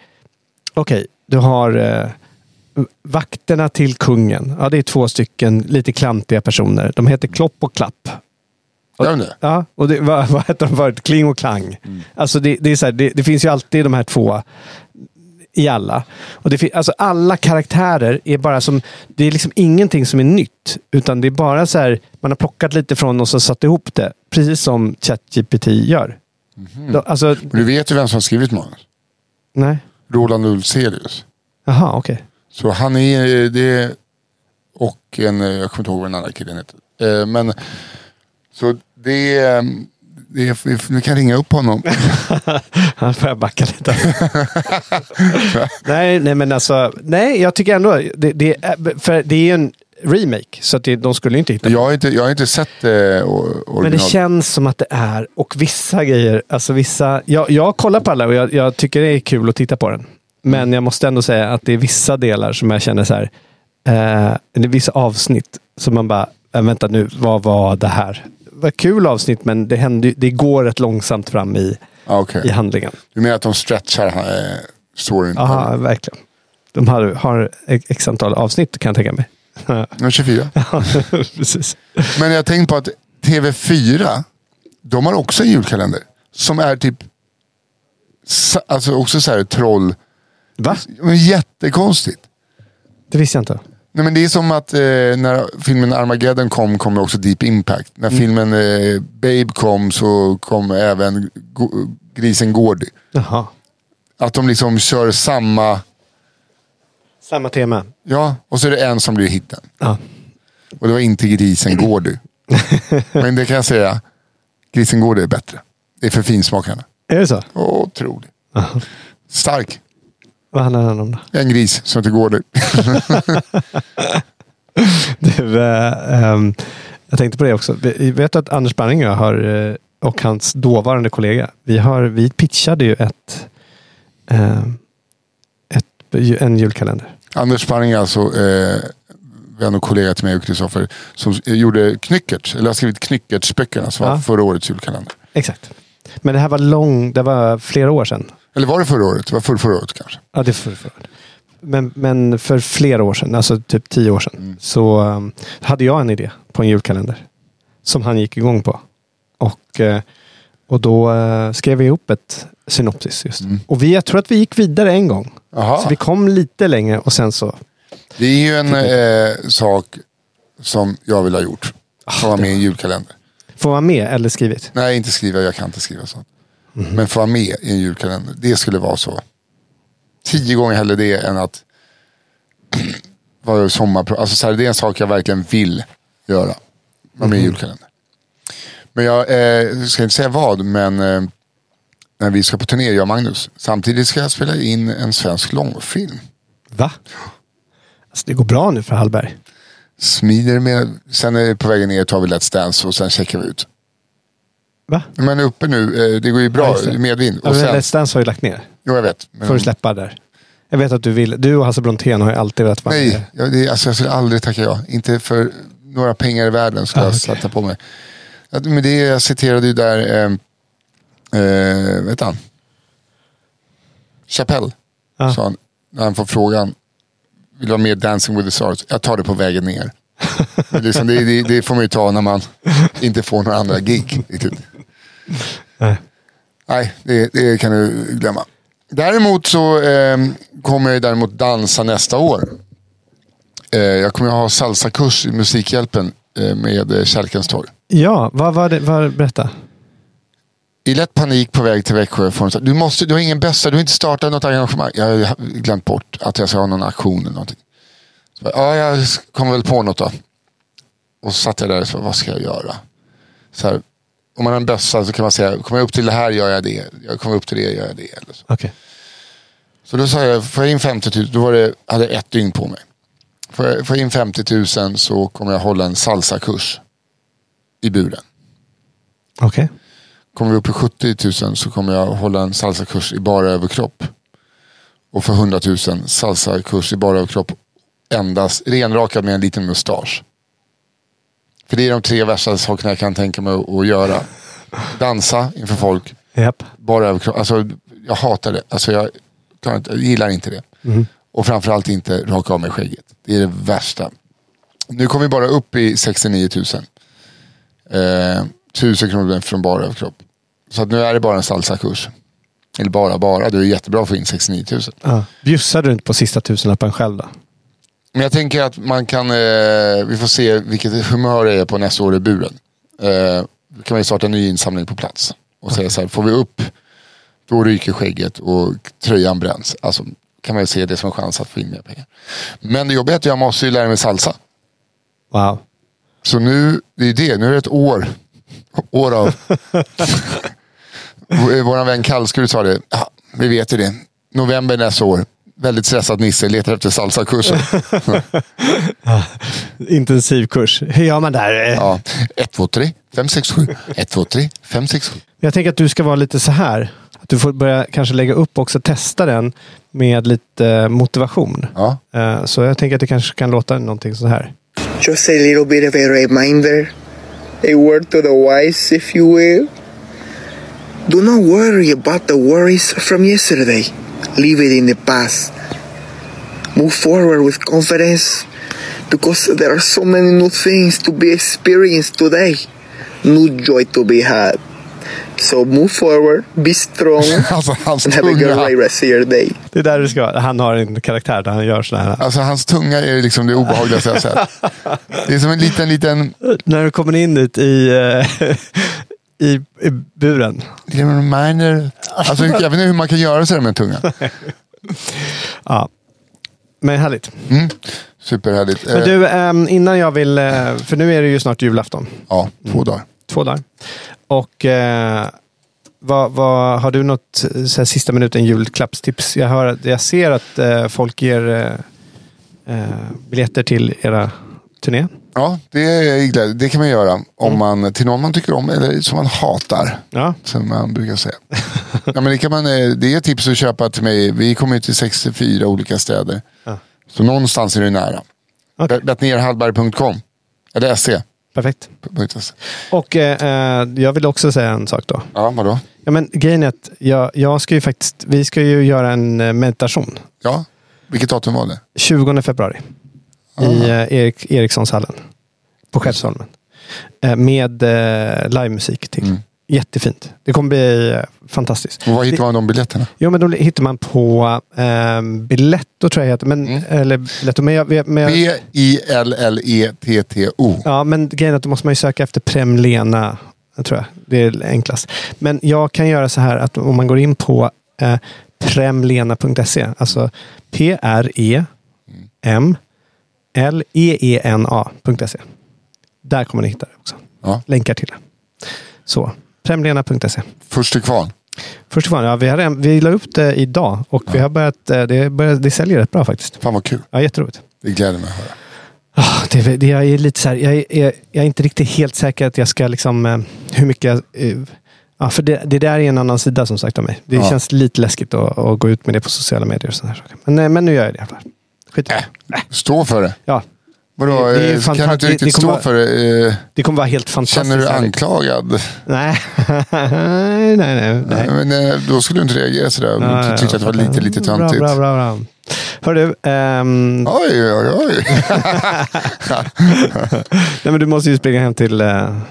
Okej, du har eh, vakterna till kungen. Ja, det är två stycken lite klantiga personer. De heter Klopp och Klapp.
Gör de det?
Ja, och det, vad, [laughs] vad heter de förut? Kling och Klang. Alltså det, det, är så här, det, det finns ju alltid de här två i alla. Och det fin- alltså alla karaktärer är bara som... Det är liksom ingenting som är nytt. Utan det är bara så här, man har plockat lite från och så satt ihop det. Precis som ChatGPT gör. Då- Alltså,
Men du vet ju vem som har skrivit manus.
nej.
Roland Ulfzelius.
Jaha, okej.
Så han är eh, det. Och en, eh, jag kommer inte ihåg vad den andra killen heter. Eh, Men så det är, eh, det är, du kan ringa upp
[laughs]
honom.
Här [laughs] får jag backa lite. [laughs] nej, nej, men alltså. Nej, jag tycker ändå. Det, det, är- för det är ju en remake. Så att det, de skulle ju inte hitta
Jag har inte, jag har inte sett eh, or-
Men det
original.
känns som att det är, och vissa grejer, alltså vissa, jag, jag kollar på alla och jag, jag tycker det är kul att titta på den. Men jag måste ändå säga att det är vissa delar som jag känner så här, eh, eller vissa avsnitt som man bara, eh, vänta nu, vad var det här? Vad kul avsnitt, men det, händer, ju- det går rätt långsamt fram i,
Ah, okej.
i handlingen.
Du menar att de stretchar eh, storyn?
Ja, verkligen. De har, har x antal avsnitt kan jag tänka mig.
Ja, 24.
[laughs] Precis.
Men jag tänkte på att TV4, de har också en julkalender. Som är typ, sa- alltså också så här troll,
Va?
men jättekonstigt.
Det visste jag inte.
Nej, men det är som att eh, när filmen Armageddon kom, kom också Deep Impact. När filmen eh, Babe kom så kom även Go- grisen Gordy.
Jaha.
Att de liksom kör samma,
Samma tema.
ja, och så är det en som blir hitten.
Ja.
Och det var inte grisen Gordy. men det kan jag säga, grisen Gordy är bättre. Det är för finsmakarna.
Är det så?
Otrolig. Stark.
Vad handlar den om då?
En gris som heter Gordy.
Du, eh, ehm, Jag tänkte på det också. Vi- Vet du att Anders Banning och jag har, eh, och hans dåvarande kollega, vi, har, vi pitchade ju ett, eh, ett, ju- en julkalender.
Anders Sparring alltså, eh, vän och kollega till mig och Kristoffer, som s- gjorde Knyckert, eller har skrivit Knyckertsböckerna som var
Ja.
förra årets julkalender.
Exakt. Men det här var lång, det var flera år sedan.
Eller var det förra året? Det var förra, förra året kanske.
Ja, det är för, för. Men, men för flera år sedan, alltså typ tio år sedan,
Mm.
så um, hade jag en idé på en julkalender. Som han gick igång på. Och, eh, och då eh, skrev vi ihop ett synopsis just.
Mm.
Och vi, jag tror att vi gick vidare en gång.
Jaha.
Så vi kom lite längre och sen så...
Det är ju en eh, sak som jag vill ha gjort. Som
Ah,
var med i en julkalender.
Får vara med eller skrivit?
Nej, inte skriva. Jag kan inte skriva sånt. Men få vara med i en julkalender. Det skulle vara så. Tio gånger hellre det än att [clears throat] vara sommarpro. Alltså så här, det är en sak jag verkligen vill göra. Vara
Mhm.
med i en julkalender. Men jag eh, ska inte säga vad, men eh, när vi ska på turné, jag och Magnus. Samtidigt ska jag spela in en svensk långfilm.
Va? Alltså det går bra nu för Hallberg.
Smider med, sen är vi på vägen ner tar vi Let's Dance och sen checkar vi ut.
Va?
Men uppe nu, eh, det går ju
Ja,
bra,
just det.
medvind.
Ja,
Och
men
sen, Mm.
Let's Dance har ju lagt ner.
jo, jag vet. Men,
Får du släppa där. Jag vet att du vill. Du och Hasse Brontén har ju alltid velat vara med.
Nej, jag, det, alltså, jag skulle aldrig tacka ja. Inte för några pengar i världen skulle
Ah,
jag
okej.
sätta på mig. Att, men det jag citerade ju där, eh, eh, vet han? Chappelle,
Ja.
sa han, när han får frågan. Vill du ha mer Dancing with the Stars? Jag tar det på vägen
[laughs]
ner. Men liksom, det, det, det får man ju ta när man inte får några andra gig. riktigt.
Nej.
Nej, det, det kan du glömma. Däremot så eh, kommer jag ju däremot dansa nästa år. Eh, jag kommer att ha salsakurs i Musikhjälpen eh, med eh, Kärlkens torg.
Ja, vad var det? Vad, berätta.
I lätt panik på väg till Växjö får hon så här, du, måste, du har ingen bössa, du har inte startat något engagemang. Jag har glömt bort att jag ska ha någon aktion eller någonting. Så, bara, ja, jag kommer väl på något då. Och så satt jag där och så, bara, vad ska jag göra? Så här, om man har en bössa så kan man säga, kommer jag upp till det här gör jag det. Jag kommer upp till det gör jag det. Eller så.
Okej.
Så då sa jag, får jag in 50 000, då var det, hade jag ett dygn på mig. Får jag, får jag in 50 000 så kommer jag hålla en salsakurs i buren.
Okej.
Kommer vi upp i 70 000 så kommer jag hålla en salsakurs i bara överkropp. Och för 100 000 salsakurs i bara överkropp endast renrakad med en liten mustasch. För det är de tre värsta sakerna jag kan tänka mig att, att göra. Dansa inför folk,
Japp.
bara överkropp. Alltså, jag hatar det. Alltså, jag, kan inte, jag gillar inte det. Och framförallt inte raka av mig skägget. Det är det värsta. Nu kommer vi bara upp i 69 000. Eh, 1000 kronor från bara överkropp. Så att nu är det bara en salsakurs. Eller bara, bara. Det är jättebra att få in 69 000.
Ja. Bjussar du inte på sista tusenlappen själv då?
Men jag tänker att man kan, eh, vi får se vilket humör jag är på nästa år i buren. Eh, då kan man ju starta en ny insamling på plats. Och säga så här, får vi upp, då ryker skägget och tröjan bränns. Alltså kan man ju se det som en chans att få in mer pengar. Men det jobbiga är att jag måste ju lära mig salsa.
Wow.
Så nu, det är det, nu är det ett år. [laughs] År av. V- Vår vän Kallskur sa det, ja, vi vet ju det. November nästa år. Väldigt stressad Nisse letar efter salsakurser.
Intensiv kurs. Hur gör man där?
Ja, 1, 2, 3, 5, 6, 7. 1, 2, 3, 5, 6, 7.
Jag tänker att du ska vara lite så här. Att du får börja kanske lägga upp också, testa den med lite eh, motivation.
Ja.
Eh, Så jag tänker att det kanske kan låta någonting så här.
just a little bit of a reminder, a word to the wise, if you will. Do not worry about the worries from yesterday. Leave it in the past. Move forward with confidence because there are so many new things to be experienced today, new joy to be had. So move forward, be strong,
[laughs] Alltså hans
and have a
tunga.
great rest of your day.
Det är där du ska vara. Han har en karaktär där han gör sådana här.
Alltså hans tunga är liksom det obehagligaste jag sett. Det är som en liten, liten
När du kommer in dit i, eh, [laughs] i, i buren.
liten reminder. Alltså, jag vet inte hur man kan göra sådär med tunga.
Ja. Men härligt.
Mm. Superhärligt.
Men
Eh,
du, ehm, innan jag vill... eh, För nu är det ju snart julafton.
Ja, två dagar.
Två dagar. Och eh, vad, vad, har du något eh, så här, sista minuten julklappstips? Jag, hör, att- jag ser att eh, folk ger eh, eh, biljetter till era turné.
Ja, det, är glädje. det kan man göra.
Mm.
Om man, till någon man tycker om eller som man hatar.
Ja.
Som man brukar säga. ja, men det, kan man, eh, det är ett tips att köpa till mig. Vi kommer ju till 64 olika städer. Så någonstans är det nära.
Okej.
Okay. Betnéerhallberg.com Eller E. se.
Perfekt. Och eh, eh, jag vill också säga en sak då.
E. Ja, vadå?
Ja, men grejen är att jag, jag ska ju faktiskt, vi ska ju göra en eh, meditation
Ja, vilket datum var det? Ah.
20 februari i eh, Erik, Erikssonshallen på Skeppsholmen. Eh, med eh, livemusik till.
Mm.
Jättefint. Det kommer bli eh, fantastiskt.
Och vad
Det-
hittar man de biljetterna?
Jo, men då hittar man på eh, Biletto tror jag heter. Men, Eller Biletto, men jag... Men jag
E B-I-L-L-E-T-T-O.
Ja, men grejen är att då måste man ju söka efter Premlena. Tror jag. Det är enklast. Men jag kan göra så här att om man går in på eh, premlena.se. Alltså E P-R-E-M-L-E-E-N-A.se. Där kommer ni hitta det också.
Ja.
Länkar till det. Så, premlena.se.
Först till kvarn.
Först och främst, ja, vi, har, en- vi la upp det idag och vi har börjat, eh, det, börjar- det säljer rätt bra faktiskt.
Fan vad kul.
Ja, jätteroligt.
Det gläder mig att höra.
Ah, Det, det, jag är lite så här, jag, är, jag är inte riktigt helt säker att jag ska liksom, eh, hur mycket jag, eh, ja, för det, det där är en annan sida som sagt av mig. Det
Ja.
känns lite läskigt att, att gå ut med det på sociala medier och sådana här saker. Men, nej, men nu gör jag det i alla fall. Skit i det.
Stå för det.
Ja,
Vadå,
Det- det är ju
eh, kan du inte
fantastiskt.
riktigt
Det kommer
stå
vara-
för det? Eh,
det kommer vara helt fantastiskt.
Känner du dig
härligt.
anklagad?
[laughs] Nej, nej, nej. nej.
Nej. Men, eh, då skulle du inte reagera sådär.
Ja,
Ja,
ja,
tyckte att det var lite, lite töntigt.
Bra, bra, bra. bra. Hör du, ehm,
Oj, oj, oj. [laughs]
nej, men du måste ju springa hem till eh, Emelie,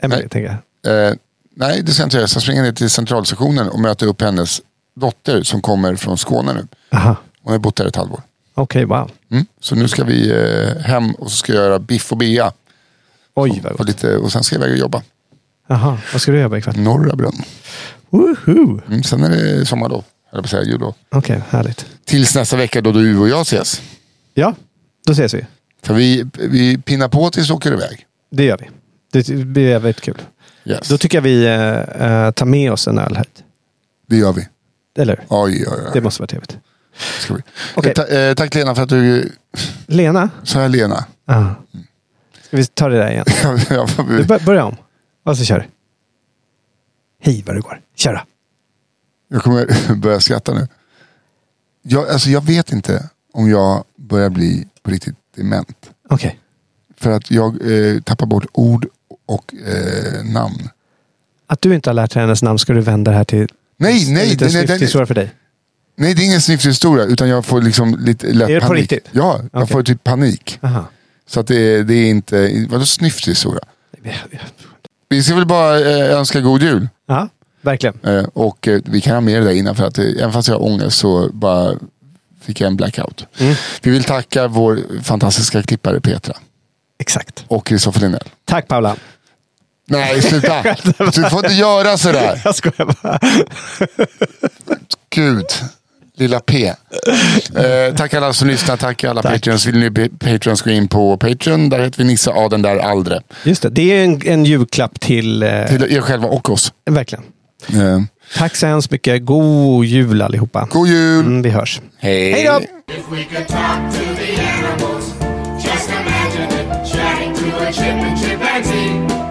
Nej.
tänker jag.
eh, nej, det ska jag inte göra. Jag ska springa ner till centralstationen och möta upp hennes dotter som kommer från Skåne nu.
Aha.
Hon har bott där ett halvår.
Okej, wow.
Mm. Så nu ska vi eh, hem och så ska jag göra biff och bea.
Oj, vad
Och,
gott.
lite, och sen ska jag iväg och jobba.
Jaha, vad ska du göra ikväll?
Norra Brunn.
Woohoo!
Mm. Sen är det sommarlov. Eller på att säga jullov.
Okej, härligt.
Tills nästa vecka då du och jag ses.
Ja, då ses vi.
För vi, vi pinnar på tills vi åker iväg.
Det gör vi. Det blir jävligt kul.
Yes.
Då tycker jag vi eh, eh, tar med oss en öl hit.
det gör vi.
Eller hur?
Oj, oj,
Det
oj.
måste vara trevligt.
Ska vi.
Okej.
Eh, ta, eh, tack Lena för att du...
Lena?
Så här Lena. [laughs]
Ja. Ska vi ta det där igen?
Jag får-
Du bör, börja om. Och så kör du. Hej vad det går. Kör då.
jag kommer börja skratta nu. Jag, alltså, jag vet inte om jag börjar bli på riktigt dement.
Okej.
För att jag eh, tappar bort ord och eh, namn.
Att du inte har lärt dig hennes namn ska du vända det här till
Nej,
en
nej,
liten
nej, nej,
snyftig
nej,
historia för dig.
nej, det är ingen snyftig historia. Utan jag får liksom lite lätt
Är det på
panik.
riktigt?
Ja, jag
Okej.
får typ panik.
Aha.
Så att det, det är inte... Vadå snyftig historia? Vi ska väl bara eh, önska god jul.
Ja, verkligen.
Eh, och eh, vi kan ha med det där innan för att eh, även fast jag har ångest så bara fick jag en blackout.
Mm.
Vi vill tacka vår fantastiska klippare Petra
Exakt.
och Kristoffer Linnell.
Tack Paula.
Nej, sluta! Du får inte göra sådär.
[laughs] Jag skojar bara.
Gud. Lilla P. Eh, tack alla som lyssnar. Tack alla Patreons. Vill ni bli Patreons gå in på Patreon. Där heter vi Nisse Aden där Aldre.
Just det, det är en, en julklapp till... Eh,
Till er själva och oss.
Verkligen.
Eh,
Tack så hemskt mycket. God jul allihopa.
god jul!
Mm, vi hörs. Hej då!
If we could talk to the animals, just imagine it chatting to a chip and chimpanzee.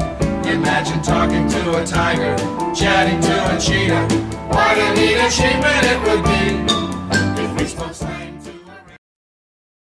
Imagine talking to a tiger, chatting to a cheetah. What a neat achievement it would be if we spoke.